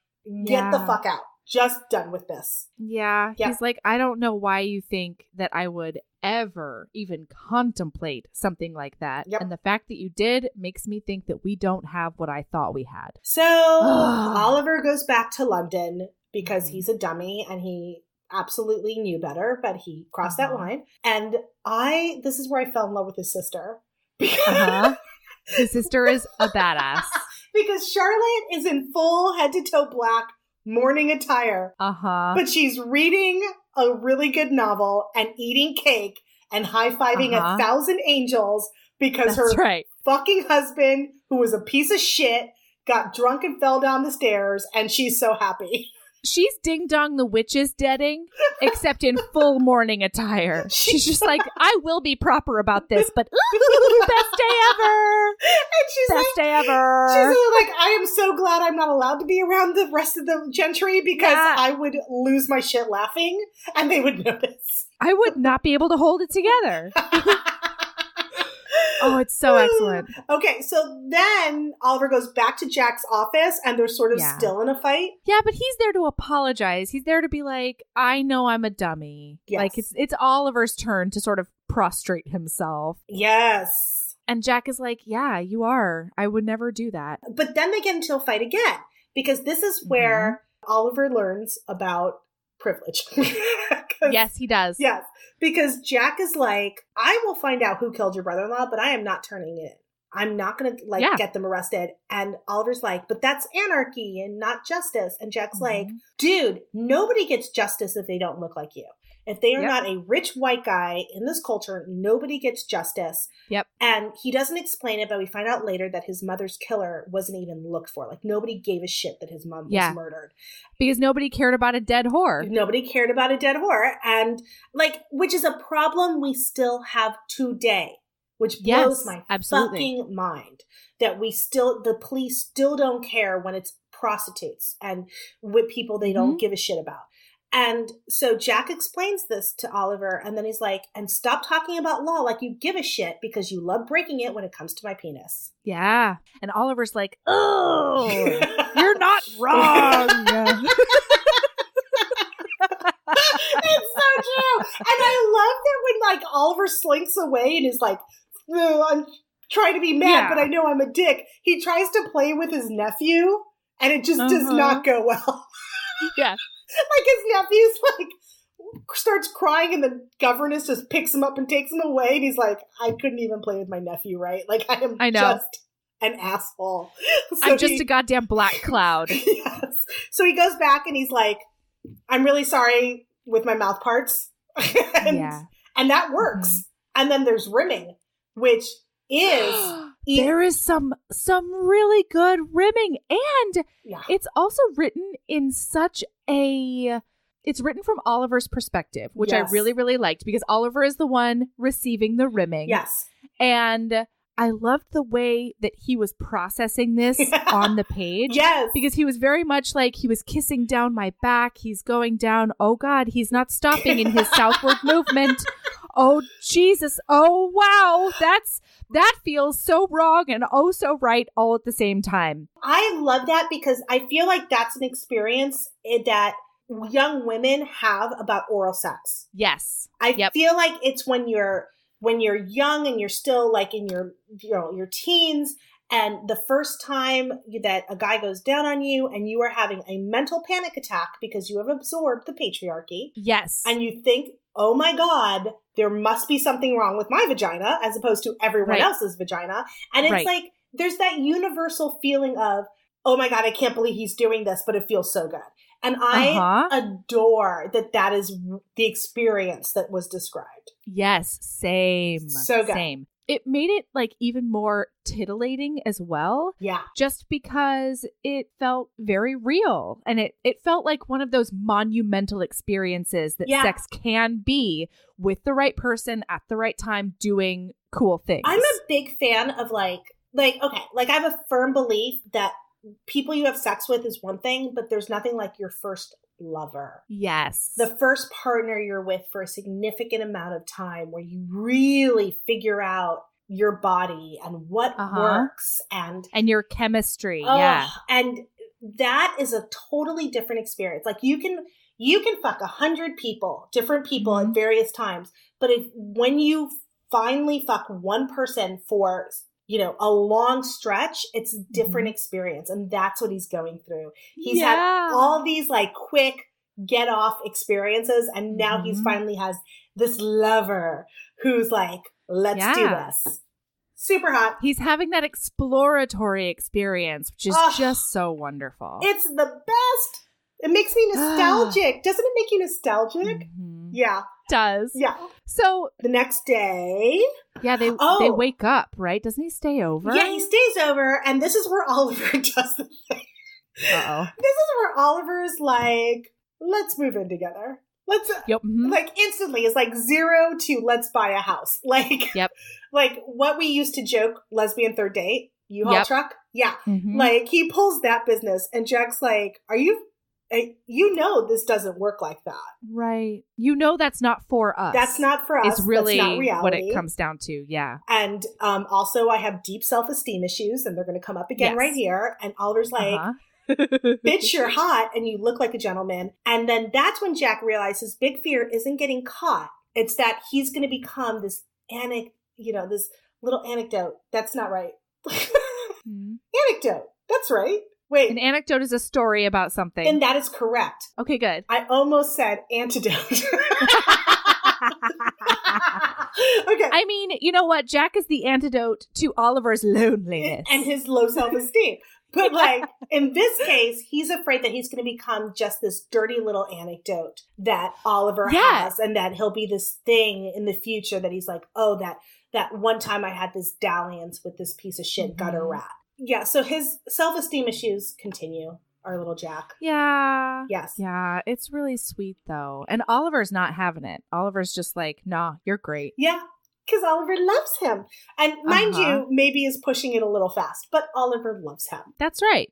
Speaker 2: Get the
Speaker 1: Yeah.
Speaker 2: fuck out. Just done with this.
Speaker 1: Yeah,
Speaker 2: Yeah.
Speaker 1: he's like, I don't know why you think that I would ever even contemplate something like that.
Speaker 2: Yep.
Speaker 1: And the fact that you did makes me think that we don't have what I thought we had.
Speaker 2: So Oliver goes back to London because
Speaker 1: Mhm.
Speaker 2: he's a dummy and he absolutely knew better, but he crossed that
Speaker 1: Uh-huh.
Speaker 2: line. And I, this is where I fell in love with his sister
Speaker 1: Uh-huh. His sister is a badass.
Speaker 2: because Charlotte is in full head to toe black morning attire,
Speaker 1: Uh huh.
Speaker 2: but she's reading a really good novel and eating cake and high fiving
Speaker 1: Uh-huh.
Speaker 2: a thousand angels because
Speaker 1: That's
Speaker 2: her
Speaker 1: right.
Speaker 2: fucking husband, who was a piece of shit, got drunk and fell down the stairs, and she's so happy.
Speaker 1: She's ding dong the witch's deading, except in full mourning attire. She's just like, I will be proper about this, but ooh, best day ever.
Speaker 2: And she's
Speaker 1: Best
Speaker 2: like,
Speaker 1: day ever.
Speaker 2: She's like, I am so glad I'm not allowed to be around the rest of the gentry because
Speaker 1: Yeah.
Speaker 2: I would lose my shit laughing and they would notice.
Speaker 1: I would not be able to hold it together. oh, it's so excellent.
Speaker 2: Okay, so then Oliver goes back to Jack's office and they're sort of
Speaker 1: Yeah.
Speaker 2: still in a fight.
Speaker 1: Yeah, but he's there to apologize. He's there to be like, I know I'm a dummy.
Speaker 2: Yes.
Speaker 1: Like it's it's Oliver's turn to sort of prostrate himself.
Speaker 2: Yes.
Speaker 1: And Jack is like, Yeah, you are. I would never do that.
Speaker 2: But then they get into a fight again because this is where
Speaker 1: Mm-hmm.
Speaker 2: Oliver learns about privilege. 'Cause-
Speaker 1: Yes, he does.
Speaker 2: Yes, because Jack is like, I will find out who killed your brother in law, but I am not turning it in. I'm not going to like
Speaker 1: Yeah.
Speaker 2: get them arrested. And Oliver's like, but that's anarchy and not justice. And Jack's like,
Speaker 1: Mhm.
Speaker 2: dude, nobody gets justice if they don't look like you. If they are
Speaker 1: Yep.
Speaker 2: not a rich white guy in this culture, nobody gets justice.
Speaker 1: Yep.
Speaker 2: And he doesn't explain it, but we find out later that his mother's killer wasn't even looked for. Like nobody gave a shit that his mom
Speaker 1: Yeah.
Speaker 2: was murdered.
Speaker 1: Because nobody cared about a dead whore.
Speaker 2: Nobody cared about a dead whore. And like, which is a problem we still have today, which
Speaker 1: Yes,
Speaker 2: blows my
Speaker 1: absolutely.
Speaker 2: fucking mind that we still, the police still don't care when it's prostitutes and with people they
Speaker 1: Mm-hmm.
Speaker 2: don't give a shit about. And so Jack explains this to Oliver, and then he's like, and stop talking about law like you give a shit because you love breaking it when it comes to my penis.
Speaker 1: Yeah. And Oliver's like, Oh, you're not wrong.
Speaker 2: it's so true. And I love that when like Oliver slinks away and is like, "Ugh, I'm trying to be mad,
Speaker 1: Yeah.
Speaker 2: but I know I'm a dick. He tries to play with his nephew and it just does
Speaker 1: Uh-huh.
Speaker 2: not go well.
Speaker 1: yeah.
Speaker 2: like his nephew's like, starts crying and the governess just picks him up and takes him away and he's like i couldn't even play with my nephew right like i am
Speaker 1: I know.
Speaker 2: just an asshole so
Speaker 1: I'm just
Speaker 2: he-
Speaker 1: a goddamn black cloud.
Speaker 2: yes so he goes back and he's like i'm really sorry with my mouth parts and,
Speaker 1: yeah. Mm-hmm.
Speaker 2: and that works and then there's rimming which is e-
Speaker 1: there is some some really good rimming and
Speaker 2: yeah
Speaker 1: it's also written in such a it's written from Oliver's perspective, which
Speaker 2: Yes.
Speaker 1: I really really liked because Oliver is the one receiving the rimming.
Speaker 2: yes
Speaker 1: And I loved the way that he was processing this on the page.
Speaker 2: yes
Speaker 1: Because he was very much like he was kissing down my back. He's going down. Oh God, he's not stopping in his southward movement. Oh Jesus. Oh wow. That's that feels so wrong and oh so right all at the same time.
Speaker 2: I love that because I feel like that's an experience i- that young women have about oral sex.
Speaker 1: Yes.
Speaker 2: I
Speaker 1: Yep.
Speaker 2: feel like it's when you're when you're young and you're still like in your you know your teens and the first time you- that a guy goes down on you and you are having a mental panic attack because you have absorbed the patriarchy
Speaker 1: Yes.
Speaker 2: and you think, "Oh my god, there must be something wrong with my vagina as opposed to everyone
Speaker 1: Right.
Speaker 2: else's vagina." And it's
Speaker 1: Right.
Speaker 2: like there's that universal feeling of, "Oh my god, I can't believe he's doing this, but it feels so good." And I
Speaker 1: uh-huh.
Speaker 2: adore that that is the experience that was described.
Speaker 1: Yes, same.
Speaker 2: So good.
Speaker 1: Same. It made it like even more titillating as well,
Speaker 2: Yeah.
Speaker 1: just because it felt very real and it, it felt like one of those monumental experiences that
Speaker 2: Yeah.
Speaker 1: sex can be with the right person at the right time doing cool things.
Speaker 2: I'm a big fan of like like okay, like I have a firm belief that people you have sex with is one thing, but there's nothing like your first lover.
Speaker 1: yes.
Speaker 2: the first partner you're with for a significant amount of time where you really figure out your body and what
Speaker 1: Uh-huh.
Speaker 2: works and
Speaker 1: and your chemistry.
Speaker 2: oh,
Speaker 1: yeah.
Speaker 2: and that is a totally different experience like you can you can fuck a hundred people different people
Speaker 1: Mhm.
Speaker 2: at various times but if when you finally fuck one person for you know a long stretch it's a different experience and that's what he's going through He's had
Speaker 1: Mm-hmm. yeah.
Speaker 2: all these like quick get off experiences and now he's
Speaker 1: Mhm.
Speaker 2: finally has this lover who's like let's
Speaker 1: Yeah.
Speaker 2: do this super hot
Speaker 1: He's having that exploratory experience, which is
Speaker 2: Ugh.
Speaker 1: just so wonderful.
Speaker 2: it's the best it makes me nostalgic doesn't it make you nostalgic
Speaker 1: Mhm.
Speaker 2: yeah
Speaker 1: does.
Speaker 2: yeah
Speaker 1: So
Speaker 2: the next day
Speaker 1: Yeah, they they
Speaker 2: Oh.
Speaker 1: wake up, right? Doesn't he stay over?
Speaker 2: yeah he stays over and this is where oliver does the thing
Speaker 1: Uh-oh.
Speaker 2: this is where oliver's like let's move in together let's
Speaker 1: Yep. mhm.
Speaker 2: like instantly it's like zero to let's buy a house like
Speaker 1: Yep.
Speaker 2: like what we used to joke lesbian third date u-haul
Speaker 1: Yep.
Speaker 2: truck yeah
Speaker 1: Mhm.
Speaker 2: like he pulls that business and jack's like are you uh, you know this doesn't work like that
Speaker 1: right. You know that's not for us.
Speaker 2: that's not for us
Speaker 1: It's really
Speaker 2: that's not
Speaker 1: what
Speaker 2: reality
Speaker 1: it comes down to. Yeah.
Speaker 2: and um also i have deep self-esteem issues and they're going to come up again
Speaker 1: Yes.
Speaker 2: right here and oliver's like
Speaker 1: Uh-huh.
Speaker 2: bitch you're hot and you look like a gentleman and then that's when jack realizes big fear isn't getting caught it's that he's going to become this anec you know this little anecdote that's not right
Speaker 1: Mhm.
Speaker 2: anecdote that's right wait
Speaker 1: An anecdote is a story about something.
Speaker 2: and that is correct
Speaker 1: okay, good.
Speaker 2: i almost said antidote okay
Speaker 1: I mean, you know what? Jack is the antidote to Oliver's loneliness.
Speaker 2: and his low self-esteem but like in this case he's afraid that he's going to become just this dirty little anecdote that oliver
Speaker 1: Yeah.
Speaker 2: has and that he'll be this thing in the future that he's like oh that that one time i had this dalliance with this piece of shit gutter
Speaker 1: Mhm.
Speaker 2: rat yeah so his self-esteem issues continue our little jack
Speaker 1: yeah.
Speaker 2: yes
Speaker 1: Yeah, it's really sweet though. And Oliver's not having it. Oliver's just like, "Nah, you're great."
Speaker 2: yeah because oliver loves him and mind
Speaker 1: Uh-huh.
Speaker 2: you maybe is pushing it a little fast but oliver loves him
Speaker 1: That's right.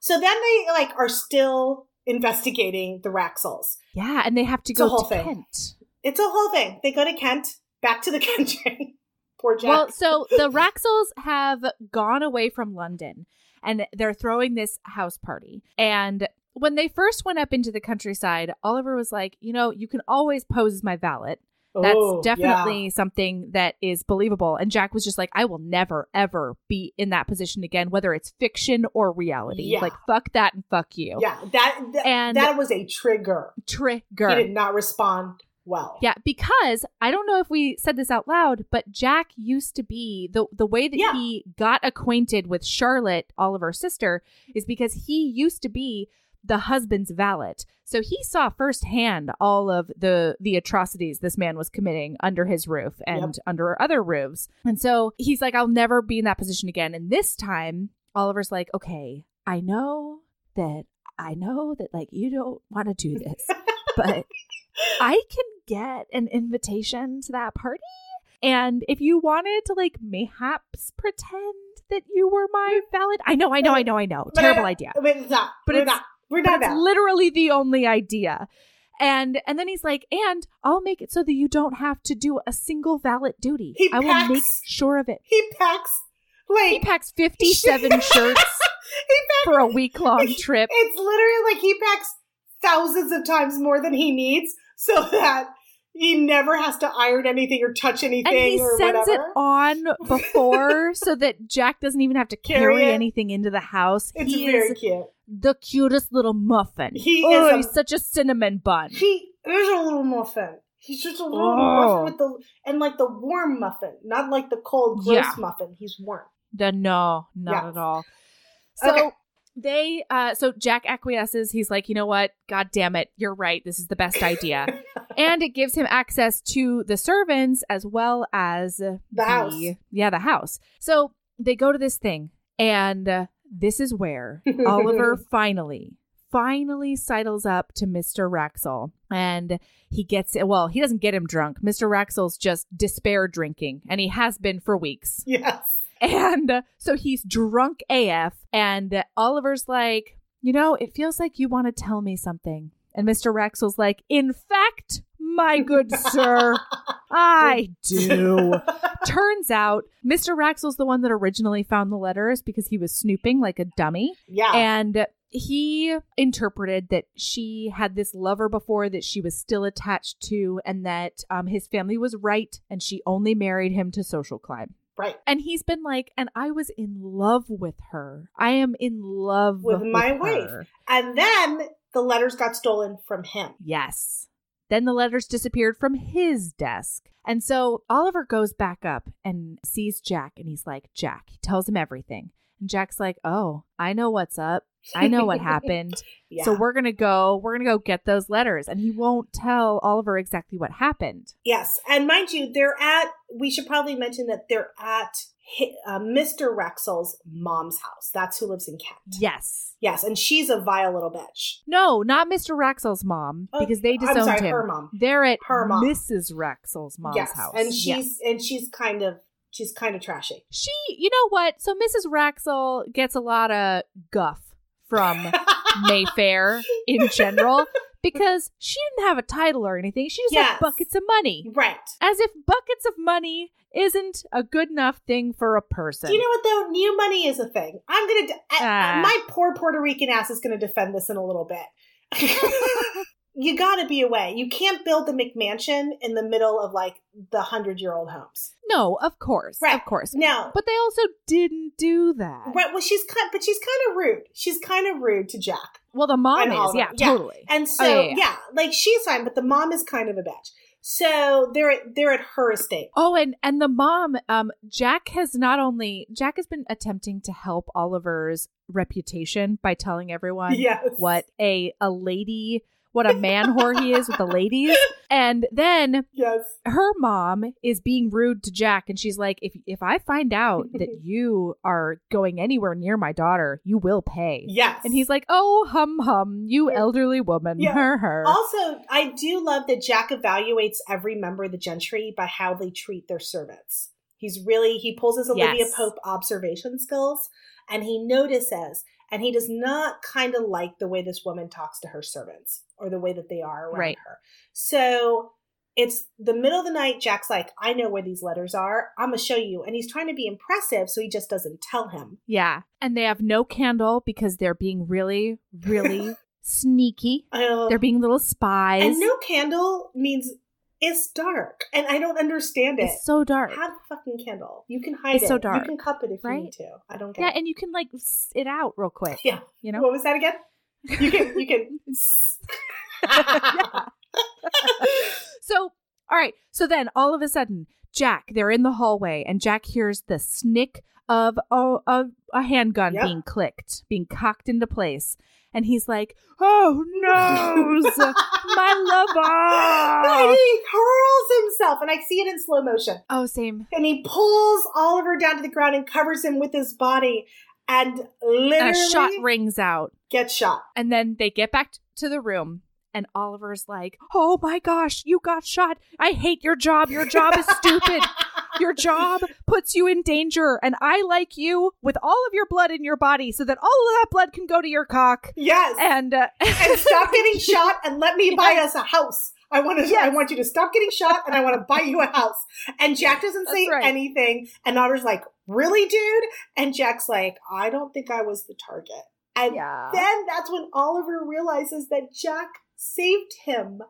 Speaker 2: So then they like are still investigating the Raxels.
Speaker 1: Yeah, and they have to
Speaker 2: It's a
Speaker 1: go
Speaker 2: whole
Speaker 1: to
Speaker 2: thing.
Speaker 1: Kent.
Speaker 2: It's a whole thing. They go to Kent, back to the country. Poor Jack.
Speaker 1: Well, so the Raxels have gone away from London and they're throwing this house party. And when they first went up into the countryside, Oliver was like, You know, you can always pose as my valet.
Speaker 2: Oh,
Speaker 1: That's
Speaker 2: yeah.
Speaker 1: definitely something that is believable. And Jack was just like, I will never, ever be in that position again, whether it's fiction or reality.
Speaker 2: Yeah.
Speaker 1: Like, fuck that and fuck you.
Speaker 2: Yeah, that th-
Speaker 1: And-
Speaker 2: that was a trigger.
Speaker 1: Trigger.
Speaker 2: He did not respond well.
Speaker 1: Yeah, because I don't know if we said this out loud, but Jack used to be the the way that
Speaker 2: Yeah.
Speaker 1: he got acquainted with Charlotte, Oliver's sister, is because he used to be the husband's valet. So he saw firsthand all of the the atrocities this man was committing under his roof and under other roofs. And so he's like I'll never be in that position again. And this time Oliver's like, "Okay, I know that I know that like you don't want to do this, but I can get an invitation to that party. And if you wanted to, like, mayhaps pretend that you were my valid, I know, I know, I know, I know.
Speaker 2: But I-
Speaker 1: Terrible idea.
Speaker 2: I mean, it's not.
Speaker 1: But
Speaker 2: we're
Speaker 1: it's-
Speaker 2: not. We're
Speaker 1: But
Speaker 2: not
Speaker 1: it's
Speaker 2: now.
Speaker 1: literally the only idea. And and then he's like, and I'll make it so that you don't have to do a single valid duty.
Speaker 2: He
Speaker 1: I will make
Speaker 2: packs-
Speaker 1: sure of it.
Speaker 2: he packs. Like
Speaker 1: He packs fifty-seven shirts
Speaker 2: he packs.
Speaker 1: for a week-long trip.
Speaker 2: It's literally like he packs thousands of times more than he needs, so that he never has to iron anything or touch anything
Speaker 1: And he
Speaker 2: or
Speaker 1: sends
Speaker 2: whatever.
Speaker 1: it on before so that Jack doesn't even have to
Speaker 2: Carry
Speaker 1: carry
Speaker 2: it.
Speaker 1: anything into the house.
Speaker 2: it's
Speaker 1: he
Speaker 2: very
Speaker 1: is
Speaker 2: cute.
Speaker 1: the cutest little muffin.
Speaker 2: He
Speaker 1: oh,
Speaker 2: is a-
Speaker 1: he's such a cinnamon bun.
Speaker 2: He is a little muffin. He's just a little
Speaker 1: Oh.
Speaker 2: muffin with the and like the warm muffin, not like the cold gross
Speaker 1: Yeah.
Speaker 2: muffin. He's warm.
Speaker 1: The, no, not
Speaker 2: Yeah.
Speaker 1: at all. So
Speaker 2: Okay.
Speaker 1: they, uh, so Jack acquiesces. He's like, you know what? God damn it, you're right. This is the best idea, and it gives him access to the servants as well as
Speaker 2: The house.
Speaker 1: yeah, the house. So they go to this thing, and uh, this is where Oliver finally, finally sidles up to Mr. Raxall. And he gets, well, he doesn't get him drunk. Mr. Raxall's just despair drinking, and he has been for weeks.
Speaker 2: Yes.
Speaker 1: And uh, so he's drunk AF. And uh, Oliver's like, You know, it feels like you want to tell me something. And Mr. Raxall's like, In fact, my good sir, I do. Turns out Mr. Raxall's the one that originally found the letters because he was snooping like a dummy.
Speaker 2: yeah.
Speaker 1: And he interpreted that she had this lover before that she was still attached to, and that um, his family was right, and she only married him to social climb.
Speaker 2: right.
Speaker 1: And he's been like, and I was in love with her. I am in love
Speaker 2: With my wife."
Speaker 1: her."
Speaker 2: And then the letters got stolen from him.
Speaker 1: Yes. Then the letters disappeared from his desk. And so Oliver goes back up and sees Jack, and he's like, Jack, he tells him everything. And Jack's like, oh, I know what's up. I know what happened.
Speaker 2: Yeah.
Speaker 1: So we're going to go, we're going to go get those letters. And he won't tell Oliver exactly what happened.
Speaker 2: yes. And mind you, they're at, we should probably mention that they're at hi- uh, Mr. Rexel's mom's house. That's who lives in Kent.
Speaker 1: Yes.
Speaker 2: Yes. And she's a vile little bitch.
Speaker 1: No, not Mr. Raxel's mom
Speaker 2: Oh,
Speaker 1: because they disowned
Speaker 2: I'm sorry,
Speaker 1: him.
Speaker 2: her mom.
Speaker 1: They're at
Speaker 2: Her mom.
Speaker 1: Mrs. Raxel's mom's
Speaker 2: yes.
Speaker 1: house.
Speaker 2: And
Speaker 1: Yes.
Speaker 2: she's, and she's kind of, she's kind of trashy.
Speaker 1: She, you know what? So Mrs. Raxel gets a lot of guff from Mayfair in general because she didn't have a title or anything. She just
Speaker 2: Yes.
Speaker 1: had buckets of money.
Speaker 2: right.
Speaker 1: As if buckets of money isn't a good enough thing for a person.
Speaker 2: Do you know what though? New money is a thing. I'm gonna. De- I- I-
Speaker 1: Ah.
Speaker 2: my poor Puerto Rican ass is gonna defend this in a little bit. you gotta be away. You can't build the McMansion in the middle of like the hundred year old homes.
Speaker 1: no, of course.
Speaker 2: Right.
Speaker 1: Of course.
Speaker 2: Now,
Speaker 1: But they also didn't do that.
Speaker 2: right? Well, she's kind, but she's kind of rude. She's kind of rude to Jack,
Speaker 1: Well, the mom
Speaker 2: And
Speaker 1: is.
Speaker 2: Oliver.
Speaker 1: Yeah,
Speaker 2: Yeah.
Speaker 1: totally.
Speaker 2: and so
Speaker 1: Oh, yeah,
Speaker 2: yeah,
Speaker 1: yeah.
Speaker 2: like she's fine, but the mom is kind of a bitch. So they're at, they're at her estate.
Speaker 1: Oh, and and the mom, um, Jack has not only Jack has been attempting to help Oliver's reputation by telling everyone
Speaker 2: Yes.
Speaker 1: what a a lady, what a man whore he is with the ladies, and then
Speaker 2: Yes.
Speaker 1: her mom is being rude to Jack, and she's like, if if I find out that you are going anywhere near my daughter, you will pay.
Speaker 2: Yes.
Speaker 1: And he's like, oh hum hum, you elderly woman,
Speaker 2: Yeah.
Speaker 1: her her.
Speaker 2: Also, I do love that Jack evaluates every member of the gentry by how they treat their servants. He's really he pulls his Olivia
Speaker 1: Yes.
Speaker 2: Pope observation skills and he notices and he does not kind of like the way this woman talks to her servants or the way that they are around
Speaker 1: Right.
Speaker 2: her. So it's the middle of the night. Jack's like, I know where these letters are. I'm going to show you. And he's trying to be impressive, so he just doesn't tell him.
Speaker 1: Yeah. And they have no candle because they're being really, really sneaky.
Speaker 2: Oh.
Speaker 1: They're being little spies.
Speaker 2: And no candle means It's dark, and I don't understand it.
Speaker 1: It's so dark.
Speaker 2: Have a fucking candle. You can hide
Speaker 1: It's
Speaker 2: it.
Speaker 1: so dark,
Speaker 2: You can cup it if
Speaker 1: right?
Speaker 2: you need to. I don't get
Speaker 1: yeah,
Speaker 2: it.
Speaker 1: and you can like s- it out real quick.
Speaker 2: Yeah.
Speaker 1: You know?
Speaker 2: What was that again? You can. You can.
Speaker 1: so, all right. So then all of a sudden, Jack, they're in the hallway and Jack hears the snick of a, of a handgun
Speaker 2: Yep.
Speaker 1: being clicked, being cocked into place. And he's like, oh no, my
Speaker 2: And
Speaker 1: lover.
Speaker 2: Ah, he hurls himself, and I see it in slow motion.
Speaker 1: Oh, same.
Speaker 2: And he pulls Oliver down to the ground and covers him with his body, and literally
Speaker 1: And a shot rings out.
Speaker 2: gets shot.
Speaker 1: And then they get back t- to the room. And Oliver's like, oh my gosh, you got shot. I hate your job. Your job is stupid. Your job puts you in danger, and I like you with all of your blood in your body so that all of that blood can go to your cock.
Speaker 2: Yes.
Speaker 1: And uh,
Speaker 2: and stop getting shot and let me buy us a house. I want to. I want you to stop getting shot, and I want to buy you a house. And Jack doesn't
Speaker 1: That's
Speaker 2: say
Speaker 1: right.
Speaker 2: anything. And Otter's like, "Really, dude?" And Jack's like, "I don't think I was the target." And
Speaker 1: yeah.
Speaker 2: then that's when Oliver realizes that Jack saved him,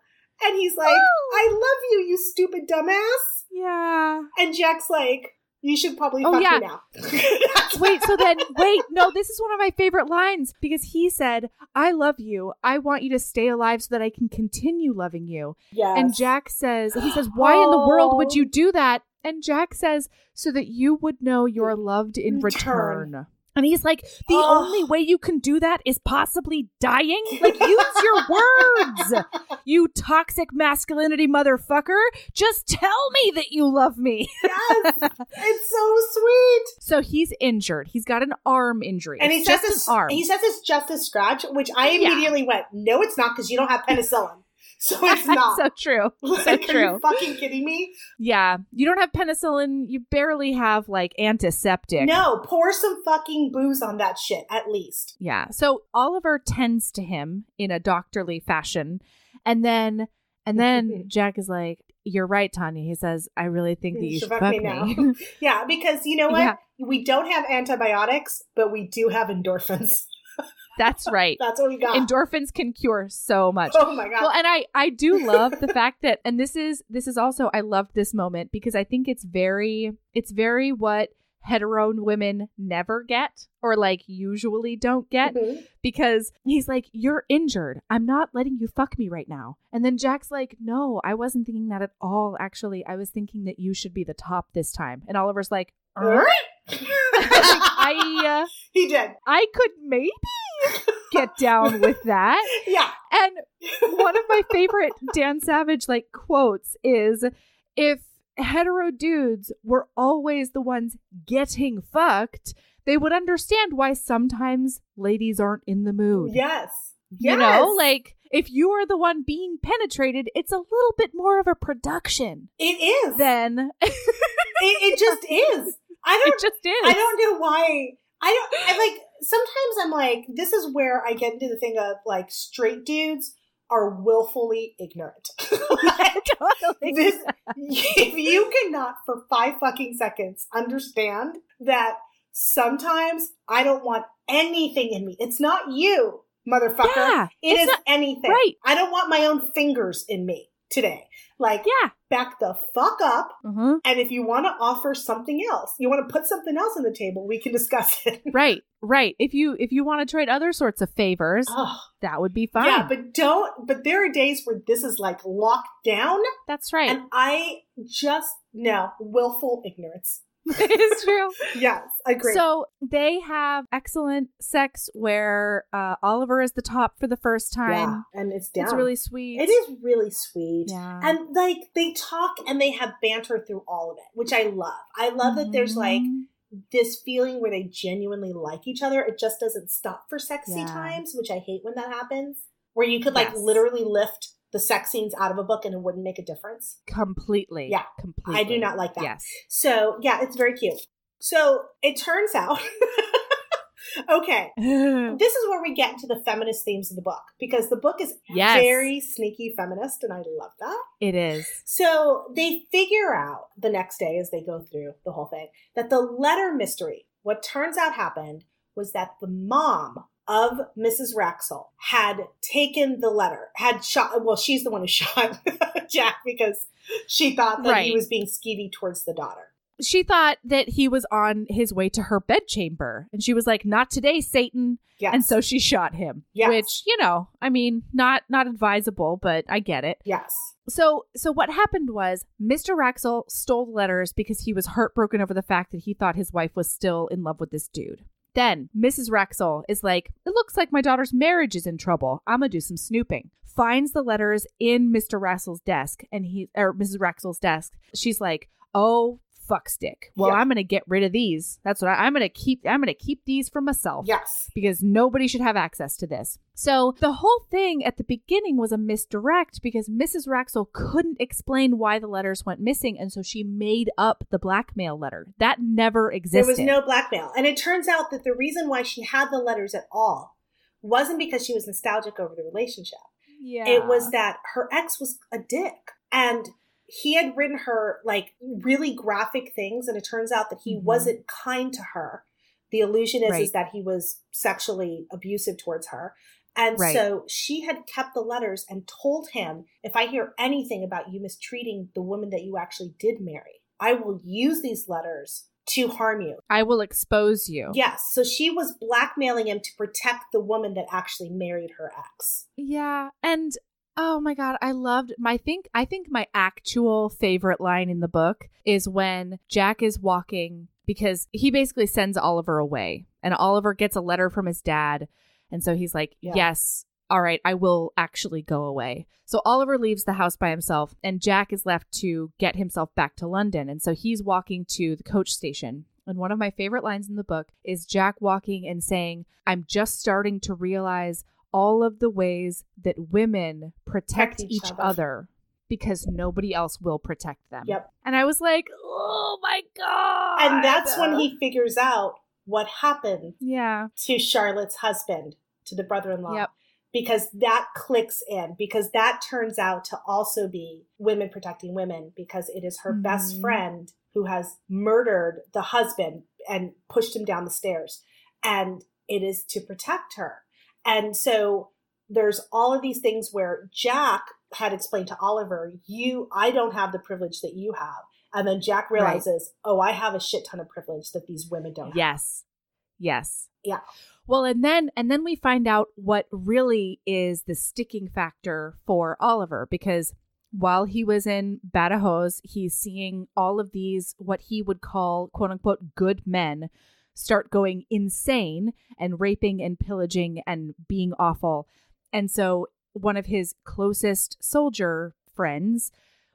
Speaker 2: and he's like,
Speaker 1: Oh.
Speaker 2: "I love you, you stupid dumbass."
Speaker 1: yeah.
Speaker 2: And Jack's like, "You should probably
Speaker 1: Oh,
Speaker 2: fuck
Speaker 1: yeah.
Speaker 2: me now." That's-
Speaker 1: Wait, so then, wait, no, this is one of my favorite lines because he said, I love you. I want you to stay alive so that I can continue loving you.
Speaker 2: yes.
Speaker 1: And Jack says, he says, why in the world would you do that? And Jack says, so that you would know you're loved in
Speaker 2: Return.
Speaker 1: return. And he's like, the
Speaker 2: Ugh.
Speaker 1: only way you can do that is possibly dying? Like, use your words, you toxic masculinity motherfucker. Just tell me that you love me.
Speaker 2: yes, it's so sweet.
Speaker 1: So he's injured. He's got an arm injury.
Speaker 2: And he
Speaker 1: It's
Speaker 2: says
Speaker 1: just
Speaker 2: this.
Speaker 1: an arm.
Speaker 2: He says it's just a scratch, which I
Speaker 1: Yeah.
Speaker 2: immediately went, "No, it's not, because you don't have penicillin." So it's not.
Speaker 1: so true. so
Speaker 2: Like, Are you
Speaker 1: true.
Speaker 2: fucking kidding me?
Speaker 1: Yeah. You don't have penicillin. You barely have like antiseptic.
Speaker 2: No, pour some fucking booze on that shit at least.
Speaker 1: Yeah. So Oliver tends to him in a doctorly fashion. And then and then Jack is like, You're right, Tanya. He says, I really think that you, should fuck, me.
Speaker 2: now. yeah, because you know what?
Speaker 1: Yeah.
Speaker 2: We don't have antibiotics, but we do have endorphins.
Speaker 1: That's right.
Speaker 2: That's what we got.
Speaker 1: Endorphins can cure so much.
Speaker 2: oh my god.
Speaker 1: Well, and I I do love the fact that and this is this is also I love this moment because I think it's very it's very what hetero women never get or like usually don't get
Speaker 2: Mhm.
Speaker 1: because he's like, You're injured. I'm not letting you fuck me right now. And then Jack's like, No, I wasn't thinking that at all. Actually, I was thinking that you should be the top this time. And Oliver's like, "Er?" I, uh,
Speaker 2: he did.
Speaker 1: I could maybe get down with that.
Speaker 2: Yeah.
Speaker 1: And one of my favorite Dan Savage like quotes is if hetero dudes were always the ones getting fucked, they would understand why sometimes ladies aren't in the mood.
Speaker 2: Yes.
Speaker 1: You
Speaker 2: Yes.
Speaker 1: know, like if you are the one being penetrated, it's a little bit more of a production
Speaker 2: it is. It,
Speaker 1: than
Speaker 2: it just is. I don't
Speaker 1: it just is.
Speaker 2: I don't know why. I don't. I like. Sometimes I'm like, this is where I get into the thing of like straight dudes are willfully ignorant. Like,
Speaker 1: Totally.
Speaker 2: this, if you cannot for five fucking seconds understand that sometimes I don't want anything in me. It's not you, motherfucker.
Speaker 1: Yeah,
Speaker 2: it
Speaker 1: it's
Speaker 2: is
Speaker 1: not-
Speaker 2: anything.
Speaker 1: right.
Speaker 2: I don't want my own fingers in me today. Like,
Speaker 1: Yeah.
Speaker 2: back the fuck up.
Speaker 1: Uh-huh.
Speaker 2: And if you want to offer something else, you want to put something else on the table, we can discuss it.
Speaker 1: Right. Right. If you if you want to trade other sorts of favors,
Speaker 2: Ugh.
Speaker 1: that would be fine.
Speaker 2: Oh, Yeah, but don't. But there are days where this is like locked down,
Speaker 1: That's right.
Speaker 2: and I just no willful ignorance.
Speaker 1: it is true.
Speaker 2: Yes, I agree.
Speaker 1: So they have excellent sex where uh, Oliver is the top for the first
Speaker 2: yeah,
Speaker 1: time.
Speaker 2: and it's down.
Speaker 1: It's really sweet.
Speaker 2: It is really sweet.
Speaker 1: Yeah.
Speaker 2: And like they talk and they have banter through all of it, which I love. I love that there's like
Speaker 1: Mhm.
Speaker 2: this feeling where they genuinely like each other. It just doesn't stop for sexy
Speaker 1: Yeah.
Speaker 2: times, which I hate when that happens. Where you could like
Speaker 1: Yes.
Speaker 2: literally lift the sex scenes out of a book and it wouldn't make a difference.
Speaker 1: completely.
Speaker 2: Yeah.
Speaker 1: Completely.
Speaker 2: I do not like that.
Speaker 1: Yes.
Speaker 2: So yeah, it's very cute. So it turns out okay.
Speaker 1: Oh.
Speaker 2: This is where we get to the feminist themes of the book because the book is
Speaker 1: Yes.
Speaker 2: very sneaky feminist and I love that.
Speaker 1: it is.
Speaker 2: So they figure out the next day as they go through the whole thing that the letter mystery, what turns out happened was that the mom of Mrs. Raxall had taken the letter, had shot, well, she's the one who shot Jack because She thought that
Speaker 1: Right.
Speaker 2: he was being skeevy towards the daughter.
Speaker 1: She thought that he was on his way to her bedchamber, and she was like, "Not today, Satan!"
Speaker 2: Yes.
Speaker 1: And so she shot him,
Speaker 2: Yes.
Speaker 1: which you know, I mean, not not advisable, but I get it.
Speaker 2: yes.
Speaker 1: So so what happened was Mr. Raxel stole the letters because he was heartbroken over the fact that he thought his wife was still in love with this dude. Then Mrs. Raxel is like, "It looks like my daughter's marriage is in trouble. I'm gonna do some snooping." Finds the letters in Mr. Raxel's desk, and he or Mrs. Raxel's desk. She's like, "Oh fuck stick. Well,
Speaker 2: Yeah.
Speaker 1: I'm gonna get rid of these. That's what I, I'm gonna keep. I'm gonna keep these for myself."
Speaker 2: Yes.
Speaker 1: because nobody should have access to this. So the whole thing at the beginning was a misdirect because Mrs. Raxel couldn't explain why the letters went missing, and so she made up the blackmail letter that never
Speaker 2: There
Speaker 1: existed.
Speaker 2: was no blackmail. And it turns out that the reason why she had the letters at all wasn't because she was nostalgic over the relationship.
Speaker 1: Yeah.
Speaker 2: It was that her ex was a dick and he had written her like really graphic things and it turns out that he
Speaker 1: Mhm.
Speaker 2: wasn't kind to her. The illusion is, is
Speaker 1: Right.
Speaker 2: that he was sexually abusive towards her. And
Speaker 1: Right.
Speaker 2: so she had kept the letters and told him, if I hear anything about you mistreating the woman that you actually did marry, I will use these letters to harm you.
Speaker 1: I will expose you.
Speaker 2: Yes. So she was blackmailing him to protect the woman that actually married her ex.
Speaker 1: Yeah, and oh my god, I loved my think I think my actual favorite line in the book is when Jack is walking because he basically sends Oliver away and Oliver gets a letter from his dad and so he's like,
Speaker 2: Yeah.
Speaker 1: "Yes, all right, I will actually go away." So Oliver leaves the house by himself and Jack is left to get himself back to London and so he's walking to the coach station. And one of my favorite lines in the book is Jack walking and saying, "I'm just starting to realize all of the ways that women protect,
Speaker 2: Protect each
Speaker 1: each,
Speaker 2: other.
Speaker 1: other. because nobody else will protect them.
Speaker 2: Yep.
Speaker 1: And I was like, oh my God.
Speaker 2: And that's when he figures out what happened
Speaker 1: Yeah.
Speaker 2: to Charlotte's husband, to the brother in law.
Speaker 1: Yep.
Speaker 2: Because that clicks in, because that turns out to also be women protecting women, because it is her best
Speaker 1: Mhm.
Speaker 2: friend who has murdered the husband and pushed him down the stairs. And it is to protect her. And so there's all of these things where Jack had explained to Oliver, you, I don't have the privilege that you have. And then Jack
Speaker 1: Right.
Speaker 2: realizes, oh, I have a shit ton of privilege that these women don't have.
Speaker 1: Yes. Yes.
Speaker 2: Yeah.
Speaker 1: Well, and then and then we find out what really is the sticking factor for Oliver because while he was in Badajoz, he's seeing all of these what he would call quote unquote good men start going insane and raping and pillaging and being awful. And so one of his closest soldier friends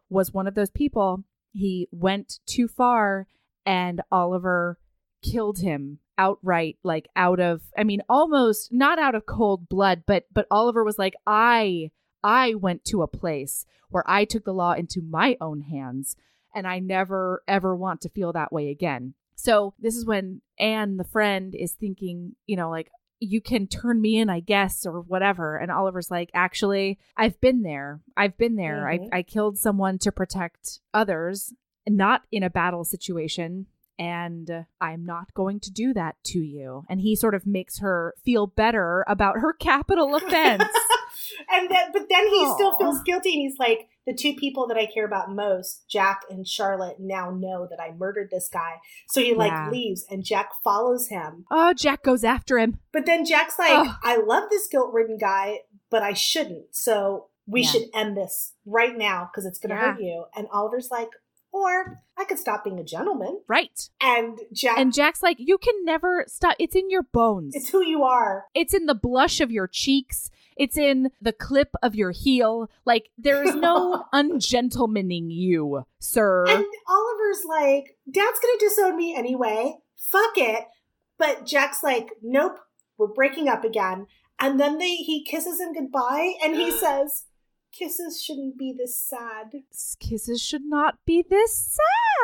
Speaker 1: was one of those people. He went too far and Oliver killed him outright like out of I mean almost not out of cold blood but but Oliver was like I I went to a place where I took the law into my own hands and I never ever want to feel that way again. So this is when Anne the friend is thinking, you know, like you can turn me in, I guess, or whatever. And Oliver's like, actually, I've been there. I've been there.
Speaker 2: Mhm.
Speaker 1: I, I killed someone to protect others, not in a battle situation. And I'm not going to do that to you. And he sort of makes her feel better about her capital offense.
Speaker 2: and then, but then he still
Speaker 1: Aw.
Speaker 2: feels guilty, and he's like, "The two people that I care about most, Jack and Charlotte, now know that I murdered this guy." So he like
Speaker 1: Yeah.
Speaker 2: leaves, and Jack follows him.
Speaker 1: oh, Jack goes after him.
Speaker 2: But then Jack's like,
Speaker 1: Ugh.
Speaker 2: "I love this guilt-ridden guy, but I shouldn't. So we
Speaker 1: Yeah.
Speaker 2: should end this right now because it's going to
Speaker 1: Yeah.
Speaker 2: hurt you." And Oliver's like, "Or I could stop being a gentleman."
Speaker 1: Right.
Speaker 2: And Jack,
Speaker 1: And Jack's like, you can never stop. It's in your bones.
Speaker 2: it's who you are.
Speaker 1: It's in the blush of your cheeks. It's in the clip of your heel. Like there is no ungentlemanning you, sir.
Speaker 2: And Oliver's like, Dad's gonna disown me anyway. Fuck it. But Jack's like, Nope, we're breaking up again. And then they he kisses him goodbye and he says, Kisses shouldn't be this sad.
Speaker 1: Kisses should not be this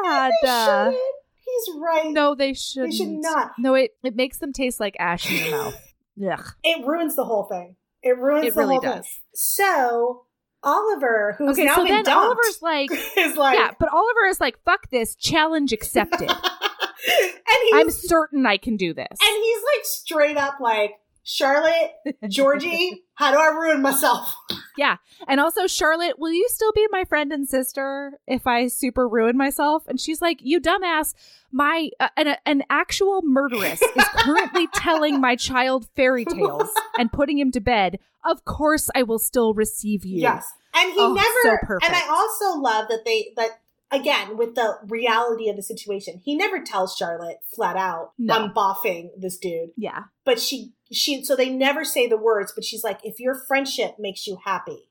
Speaker 2: And
Speaker 1: sad.
Speaker 2: they shouldn't. He's right.
Speaker 1: uh, No, they shouldn't.
Speaker 2: not.
Speaker 1: No, it it makes them taste like ash in your mouth. Ugh.
Speaker 2: It ruins the whole thing. It ruins
Speaker 1: It
Speaker 2: the
Speaker 1: really
Speaker 2: whole thing.
Speaker 1: does.
Speaker 2: So Oliver, who's
Speaker 1: Okay,
Speaker 2: now
Speaker 1: so
Speaker 2: been
Speaker 1: then
Speaker 2: dumped,
Speaker 1: Oliver's like,
Speaker 2: is like
Speaker 1: yeah, but Oliver is like, fuck this, challenge accepted.
Speaker 2: and he's
Speaker 1: I'm certain I can do this.
Speaker 2: And he's like straight up like, Charlotte, Georgie, how do I ruin myself?
Speaker 1: Yeah. And also, Charlotte, will you still be my friend and sister if I super ruin myself? And she's like, you dumbass, my uh, an, an actual murderess is currently telling my child fairy tales and putting him to bed. Of course, I will still receive you.
Speaker 2: Yes. And he
Speaker 1: Oh, so
Speaker 2: never
Speaker 1: perfect.
Speaker 2: and I also love that they that again with the reality of the situation, he never tells Charlotte flat out,
Speaker 1: No.
Speaker 2: I'm boffing this dude.
Speaker 1: Yeah.
Speaker 2: But she she so they never say the words, but she's like, if your friendship makes you happy,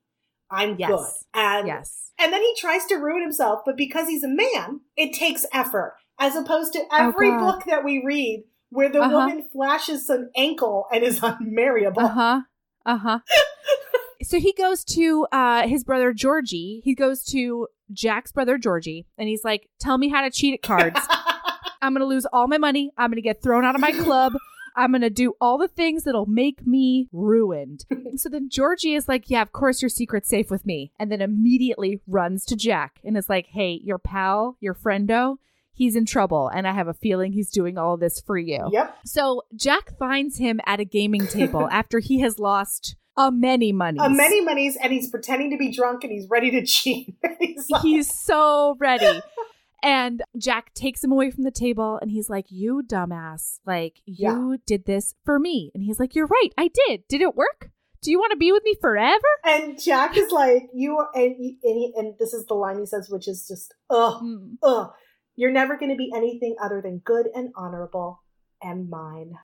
Speaker 2: I'm
Speaker 1: Yes.
Speaker 2: good. And
Speaker 1: Yes.
Speaker 2: and then he tries to ruin himself, but because he's a man, it takes effort. As opposed to every
Speaker 1: Oh, God.
Speaker 2: book that we read where the
Speaker 1: Uh-huh.
Speaker 2: woman flashes some ankle and is unmarriable.
Speaker 1: Uh huh. Uh huh. so he goes to uh, his brother Georgie. He goes to Jack's brother Georgie, and he's like, "Tell me how to cheat at cards. I'm gonna lose all my money. I'm gonna get thrown out of my club. I'm gonna do all the things that'll make me ruined." so then Georgie is like, "Yeah, of course your secret's safe with me," and then immediately runs to Jack and is like, "Hey, your pal, your friendo." He's in trouble, and I have a feeling he's doing all this for you.
Speaker 2: Yep.
Speaker 1: So Jack finds him at a gaming table after he has lost a many monies.
Speaker 2: a Uh, many monies and he's pretending to be drunk and he's ready to cheat. he's like,
Speaker 1: He's so ready. And Jack takes him away from the table and he's like, You dumbass. Like, you did this for me. And he's like, You're right. I did. Did it work? Do you want to be with me forever?
Speaker 2: and Jack is like, you are, and, and, he, and this is the line he says, which is just, ugh, ugh. You're never going to be anything other than good and honorable and mine.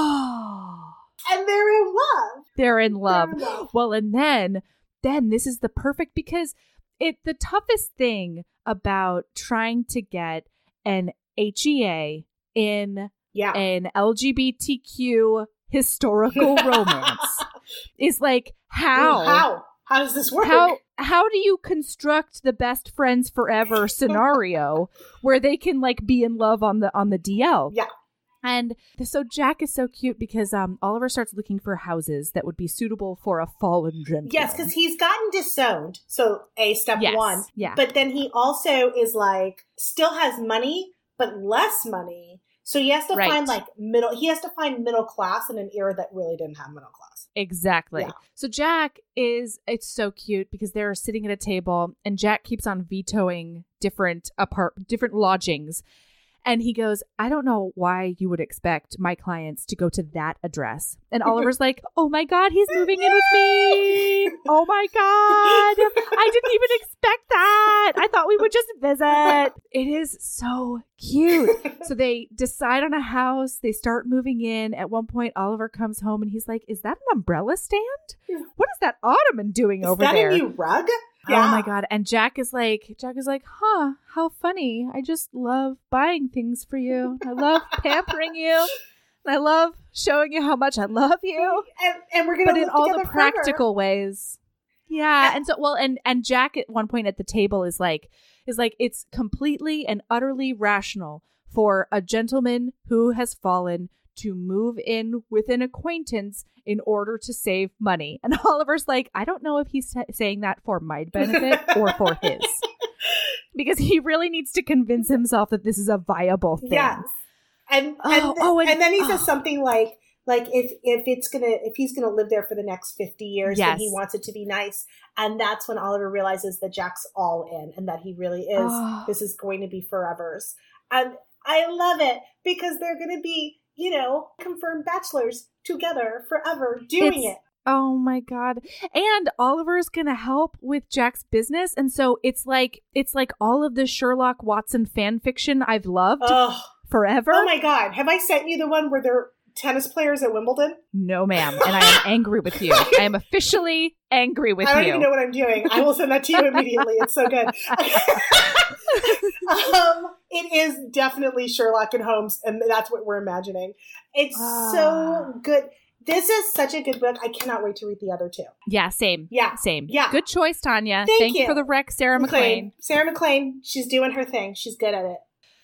Speaker 1: Oh,
Speaker 2: And they're in love.
Speaker 1: they're in
Speaker 2: They're
Speaker 1: love.
Speaker 2: in love.
Speaker 1: Well, and then, then this is the perfect because it the toughest thing about trying to get an HEA in
Speaker 2: Yeah.
Speaker 1: an LGBTQ historical romance is like how
Speaker 2: How? How does this work?
Speaker 1: how how do you construct the best friends forever scenario where they can like be in love on the on the DL?
Speaker 2: Yeah.
Speaker 1: And so Jack is so cute because um Oliver starts looking for houses that would be suitable for a fallen gentleman.
Speaker 2: Yes, because he's gotten disowned. So, A, step
Speaker 1: Yes.
Speaker 2: one.
Speaker 1: Yeah.
Speaker 2: But then he also is like still has money, but less money. So he has to
Speaker 1: Right.
Speaker 2: find like middle. He has to find middle class in an era that really didn't have middle class.
Speaker 1: Exactly.
Speaker 2: Yeah.
Speaker 1: So Jack is it's so cute because they're sitting at a table and Jack keeps on vetoing different apart different lodgings. And he goes, I don't know why you would expect my clients to go to that address. And Oliver's like, Oh my God, he's moving in with me. Oh my God. I didn't even expect that. I thought we would just visit. It is so cute so they decide on a house. They start moving in. At one point, Oliver comes home and he's like, "Is that an umbrella stand?
Speaker 2: Yeah.
Speaker 1: What is that ottoman doing
Speaker 2: Is
Speaker 1: over
Speaker 2: that
Speaker 1: there?"
Speaker 2: a new rug?
Speaker 1: Oh my god! And Jack is like, Jack is like, "Huh? How funny! I just love buying things for you. I love pampering you. And I love showing you how much I love you."
Speaker 2: And, and we're gonna
Speaker 1: but in
Speaker 2: live
Speaker 1: all the
Speaker 2: together forever.
Speaker 1: practical ways yeah and so well and and jack at one point at the table is like is like it's completely and utterly rational for a gentleman who has fallen to move in with an acquaintance in order to save money and oliver's like i don't know if he's sa- saying that for my benefit or for his because he really needs to convince himself that this is a viable thing
Speaker 2: Yes. And and,
Speaker 1: Oh, oh, and-
Speaker 2: and then he says
Speaker 1: oh.
Speaker 2: something like like if if it's gonna if he's gonna live there for the next fifty years, then he
Speaker 1: Yes.
Speaker 2: wants it to be nice. And that's when Oliver realizes that Jack's all in and that he really is.
Speaker 1: Oh.
Speaker 2: This is going to be forever's. And I love it because they're gonna be you know confirmed bachelors together forever doing
Speaker 1: It's-
Speaker 2: it.
Speaker 1: Oh my god. And Oliver's going to help with Jack's business and so it's like it's like all of the Sherlock Watson fan fiction I've loved
Speaker 2: Oh,
Speaker 1: forever.
Speaker 2: oh my god! Have I sent you the one where they're tennis players at Wimbledon?
Speaker 1: no ma'am, and I am angry with you. I am officially angry with
Speaker 2: I don't
Speaker 1: you.
Speaker 2: even know what I'm doing. I will send that to you immediately. It's so good. um, it is definitely Sherlock and Holmes, and that's what we're imagining. It's
Speaker 1: Ah.
Speaker 2: so good. This is such a good book. I cannot wait to read the other two.
Speaker 1: yeah, same.
Speaker 2: Yeah.
Speaker 1: Same.
Speaker 2: Yeah.
Speaker 1: Good choice, Tanya.
Speaker 2: Thank
Speaker 1: Thank you
Speaker 2: you.
Speaker 1: for the rec, Sarah McLean.
Speaker 2: Sarah McLean, she's doing her thing. She's good at it.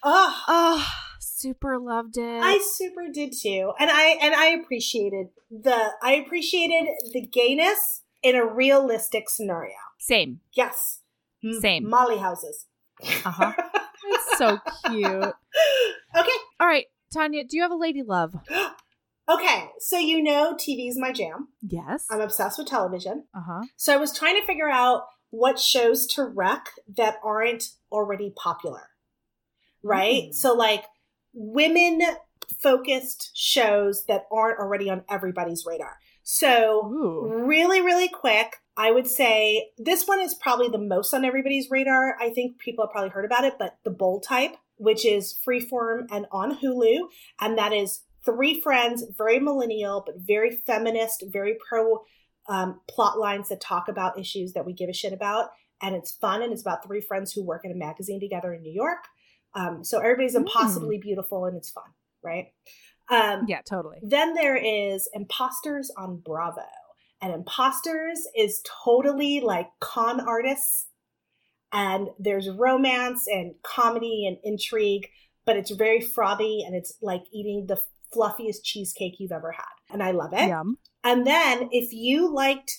Speaker 2: Oh,
Speaker 1: Oh, super loved it.
Speaker 2: I super did too. And I and I appreciated the I appreciated the gayness in a realistic scenario.
Speaker 1: same.
Speaker 2: Yes. Mm,
Speaker 1: Same.
Speaker 2: Molly houses.
Speaker 1: Uh-huh. it's so cute.
Speaker 2: Okay.
Speaker 1: All right, Tanya, do you have a lady love?
Speaker 2: Okay, so you know TV's my jam.
Speaker 1: Yes.
Speaker 2: I'm obsessed with television.
Speaker 1: Uh huh.
Speaker 2: So I was trying to figure out what shows to rec that aren't already popular. Right?
Speaker 1: Mm.
Speaker 2: So like women focused shows that aren't already on everybody's radar. So
Speaker 1: Ooh.
Speaker 2: really really quick i would say this one is probably the most on everybody's radar i think people have probably heard about it but the bold type which is freeform and on hulu and that is three friends very millennial but very feminist very pro um, plot lines that talk about issues that we give a shit about and it's fun and it's about three friends who work in a magazine together in new york um, so everybody's
Speaker 1: Hmm.
Speaker 2: impossibly beautiful and it's fun right um,
Speaker 1: Yeah, totally.
Speaker 2: then there is Imposters on Bravo. And Imposters is totally like con artists. And there's romance and comedy and intrigue, but it's very frothy and it's like eating the fluffiest cheesecake you've ever had. And I love it.
Speaker 1: Yum.
Speaker 2: And then if you liked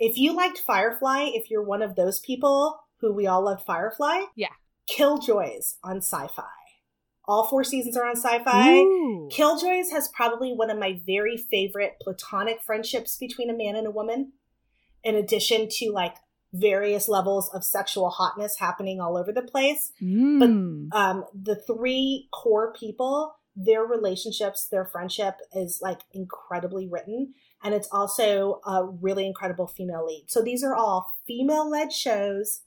Speaker 2: if you liked Firefly, if you're one of those people who we all loved Firefly,
Speaker 1: Yeah.
Speaker 2: Killjoys on sci-fi. All four seasons are on sci-fi.
Speaker 1: Ooh.
Speaker 2: Killjoys has probably one of my very favorite platonic friendships between a man and a woman, in addition to like various levels of sexual hotness happening all over the place.
Speaker 1: Mm.
Speaker 2: Um, the three core people, their relationships, their friendship is like incredibly written. And it's also a really incredible female lead. So these are all female led shows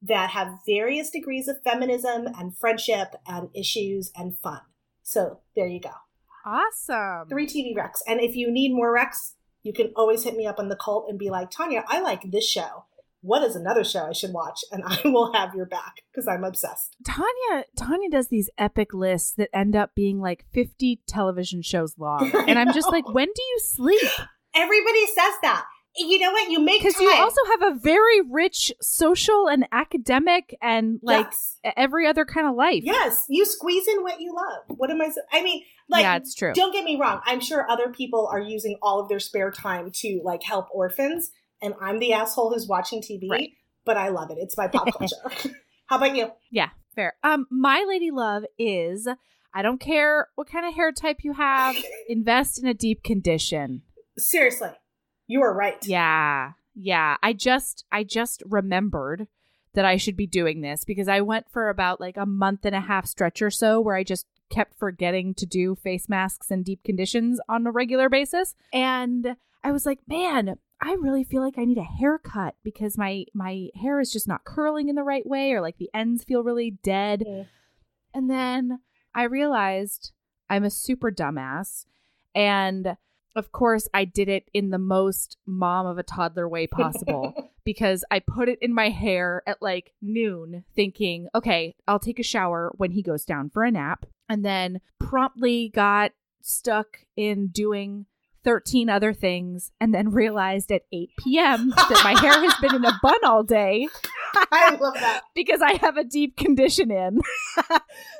Speaker 2: that have various degrees of feminism and friendship and issues and fun. So there you go
Speaker 1: awesome.
Speaker 2: three TV recs. And if you need more recs, you can always hit me up on the cult and be like, Tanya, I like this show. What is another show I should watch? And I will have your back because I'm obsessed.
Speaker 1: Tanya Tanya does these epic lists that end up being like 50 television shows long.
Speaker 2: I
Speaker 1: And I'm just
Speaker 2: know.
Speaker 1: like, when do you sleep?
Speaker 2: Everybody says that. You know what? You make time.
Speaker 1: Because you also have a very rich social and academic and like e-,
Speaker 2: yes.
Speaker 1: every other kind of life.
Speaker 2: yes, you squeeze in what you love. What am I? s- I mean, like,
Speaker 1: yeah, it's true.
Speaker 2: don't get me wrong. I'm sure other people are using all of their spare time to like help orphans, and I'm the asshole who's watching TV.
Speaker 1: Right.
Speaker 2: But I love it. It's my pop culture. How about you?
Speaker 1: Yeah, fair. Um, my lady love is I don't care what kind of hair type you have, invest in a deep condition.
Speaker 2: Seriously, you are right.
Speaker 1: Yeah. Yeah. I just I just remembered that I should be doing this because I went for about like a month and a half stretch or so where I just kept forgetting to do face masks and deep conditions on a regular basis. And I was like, man, I really feel like I need a haircut because my my hair is just not curling in the right way or like the ends feel really dead.
Speaker 2: Mm.
Speaker 1: And then I realized I'm a super dumbass and of course I did it in the most mom of a toddler way possible because I put it in my hair at like noon, thinking, okay, I'll take a shower when he goes down for a nap. And then promptly got stuck in doing 13 other things and then realized at 8 p.m. that my hair has been in a bun all day
Speaker 2: I love that.
Speaker 1: because I have a deep condition in.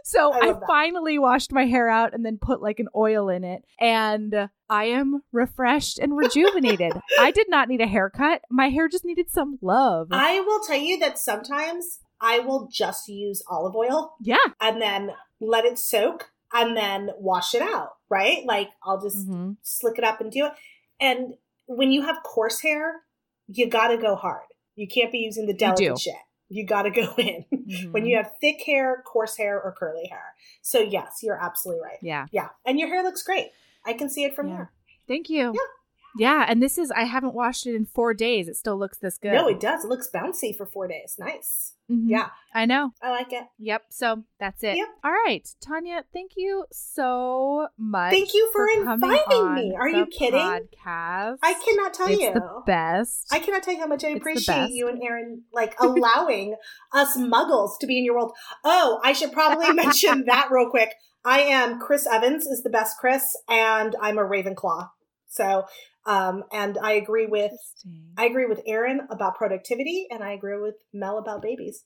Speaker 1: so
Speaker 2: I
Speaker 1: I,
Speaker 2: love that.
Speaker 1: finally washed my hair out and then put like an oil in it. And I am refreshed and rejuvenated. I did not need a haircut. My hair just needed some love.
Speaker 2: I will tell you that sometimes I will just use olive oil
Speaker 1: yeah.
Speaker 2: and then let it soak and then wash it out, right? Like I'll just
Speaker 1: Mhm.
Speaker 2: slick it up and do it. And when you have coarse hair, you got to go hard. You can't be using the
Speaker 1: do. Mm-hmm.
Speaker 2: delicate shit. You got to go in. when you have thick hair, coarse hair, or curly hair. So, yes, you're absolutely right.
Speaker 1: Yeah.
Speaker 2: Yeah. And your hair looks great. I can see it from
Speaker 1: Yeah.
Speaker 2: here.
Speaker 1: Thank you. Yeah. and this is I haven't washed it in 4 days. It still looks this good.
Speaker 2: No, it does. It looks bouncy for four days. Nice.
Speaker 1: Mhm.
Speaker 2: Yeah.
Speaker 1: I know.
Speaker 2: I like it.
Speaker 1: Yep. So that's it.
Speaker 2: Yep.
Speaker 1: All right, Tanya. Thank you so much.
Speaker 2: Thank you for
Speaker 1: coming
Speaker 2: inviting
Speaker 1: on
Speaker 2: me. Are
Speaker 1: the
Speaker 2: you kidding?
Speaker 1: Podcast.
Speaker 2: I cannot tell
Speaker 1: it's
Speaker 2: you.
Speaker 1: the best.
Speaker 2: I cannot tell you how much I
Speaker 1: the
Speaker 2: appreciate
Speaker 1: best.
Speaker 2: you and Aaron like allowing us muggles to be in your world. Oh, I should probably mention that real quick. I am Chris Evans is the best Chris, and I'm a Ravenclaw. So, um, and I agree with
Speaker 1: Interesting.
Speaker 2: I agree with Aaron about productivity, and I agree with Mel about babies.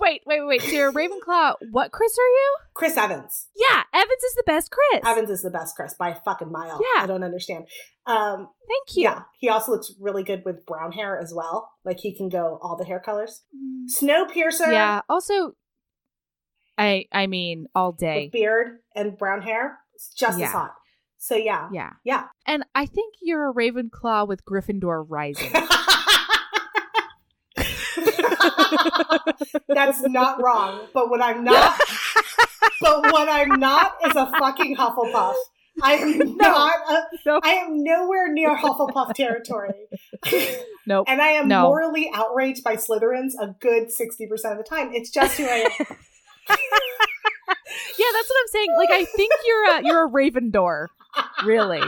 Speaker 1: wait, wait, wait. So you're a Ravenclaw. What Chris are you?
Speaker 2: Chris Evans.
Speaker 1: Yeah, Evans is the best Chris.
Speaker 2: Evans is the best Chris by a fucking mile.
Speaker 1: Yeah.
Speaker 2: I don't understand. Um,
Speaker 1: Thank you.
Speaker 2: yeah, he also looks really good with brown hair as well. Like he can go all the hair colors.
Speaker 1: Mm.
Speaker 2: Snowpiercer
Speaker 1: Yeah. Also, I I mean, all day.
Speaker 2: with beard and brown hair. It's just
Speaker 1: Yeah.
Speaker 2: as hot. So yeah.
Speaker 1: Yeah.
Speaker 2: Yeah.
Speaker 1: And I think you're a Ravenclaw with Gryffindor rising.
Speaker 2: That's not wrong, but what I'm not, but what I'm not is a fucking Hufflepuff. I'm not. A,
Speaker 1: No.
Speaker 2: I am nowhere near Hufflepuff territory,
Speaker 1: Nope.
Speaker 2: and I am
Speaker 1: No.
Speaker 2: morally outraged by Slytherins a good sixty percent of the time. It's just who I am.
Speaker 1: Yeah, that's what I'm saying. Like I think you're a you're a Ravendor. Really.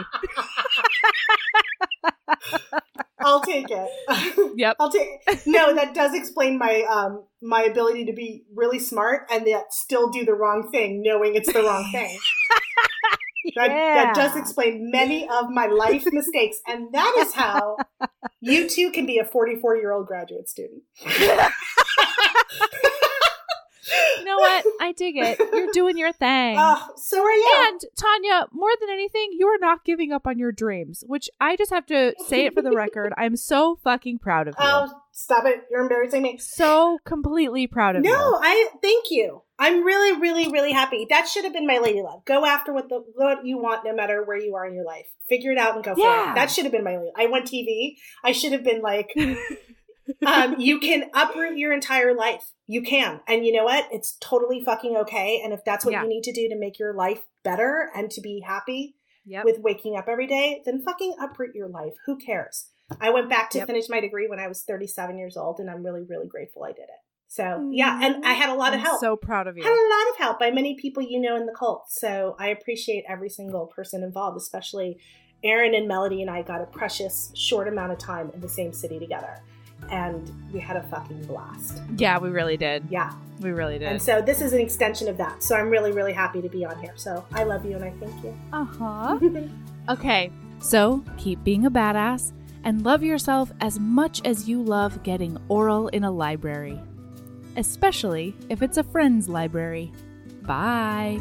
Speaker 2: I'll take it.
Speaker 1: Yep.
Speaker 2: I'll take. No, that does explain my um my ability to be really smart and yet still do the wrong thing, knowing it's the wrong thing. That,
Speaker 1: Yeah.
Speaker 2: that does explain many of my life mistakes. And that is how you too can be a 44 year old graduate student.
Speaker 1: You know what? I dig it. You're doing your thing.
Speaker 2: Oh, so are you.
Speaker 1: And Tanya, more than anything, you are not giving up on your dreams, which I just have to say it for the record. I'm so fucking proud of you.
Speaker 2: oh, stop it. You're embarrassing me.
Speaker 1: so completely proud of you.
Speaker 2: No, I thank you. I'm really, really, really happy. That should have been my lady love. Go after what the what you want, no matter where you are in your life. Figure it out and go for
Speaker 1: Yeah.
Speaker 2: it. That should have been my. lady- I went TV. I should have been like, um, you can uproot your entire life. You can, and you know what? It's totally fucking okay. And if that's what
Speaker 1: Yeah.
Speaker 2: you need to do to make your life better and to be happy
Speaker 1: Yep.
Speaker 2: with waking up every day, then fucking uproot your life. Who cares? I went back to
Speaker 1: Yep.
Speaker 2: finish my degree when I was 37 years old, and I'm really, really grateful I did it. So yeah, and I had a lot
Speaker 1: I'm
Speaker 2: of help.
Speaker 1: so proud of
Speaker 2: had
Speaker 1: you.
Speaker 2: a lot of help by many people you know in the cult. So I appreciate every single person involved, especially Aaron and Melody and I got a precious short amount of time in the same city together. And we had a fucking blast.
Speaker 1: Yeah, we really did.
Speaker 2: Yeah.
Speaker 1: We really did.
Speaker 2: And so this is an extension of that. So I'm really, really happy to be on here. So I love you and I thank you.
Speaker 1: Uh huh. okay. So keep being a badass and love yourself as much as you love getting oral in a library, especially if it's a friend's library. Bye.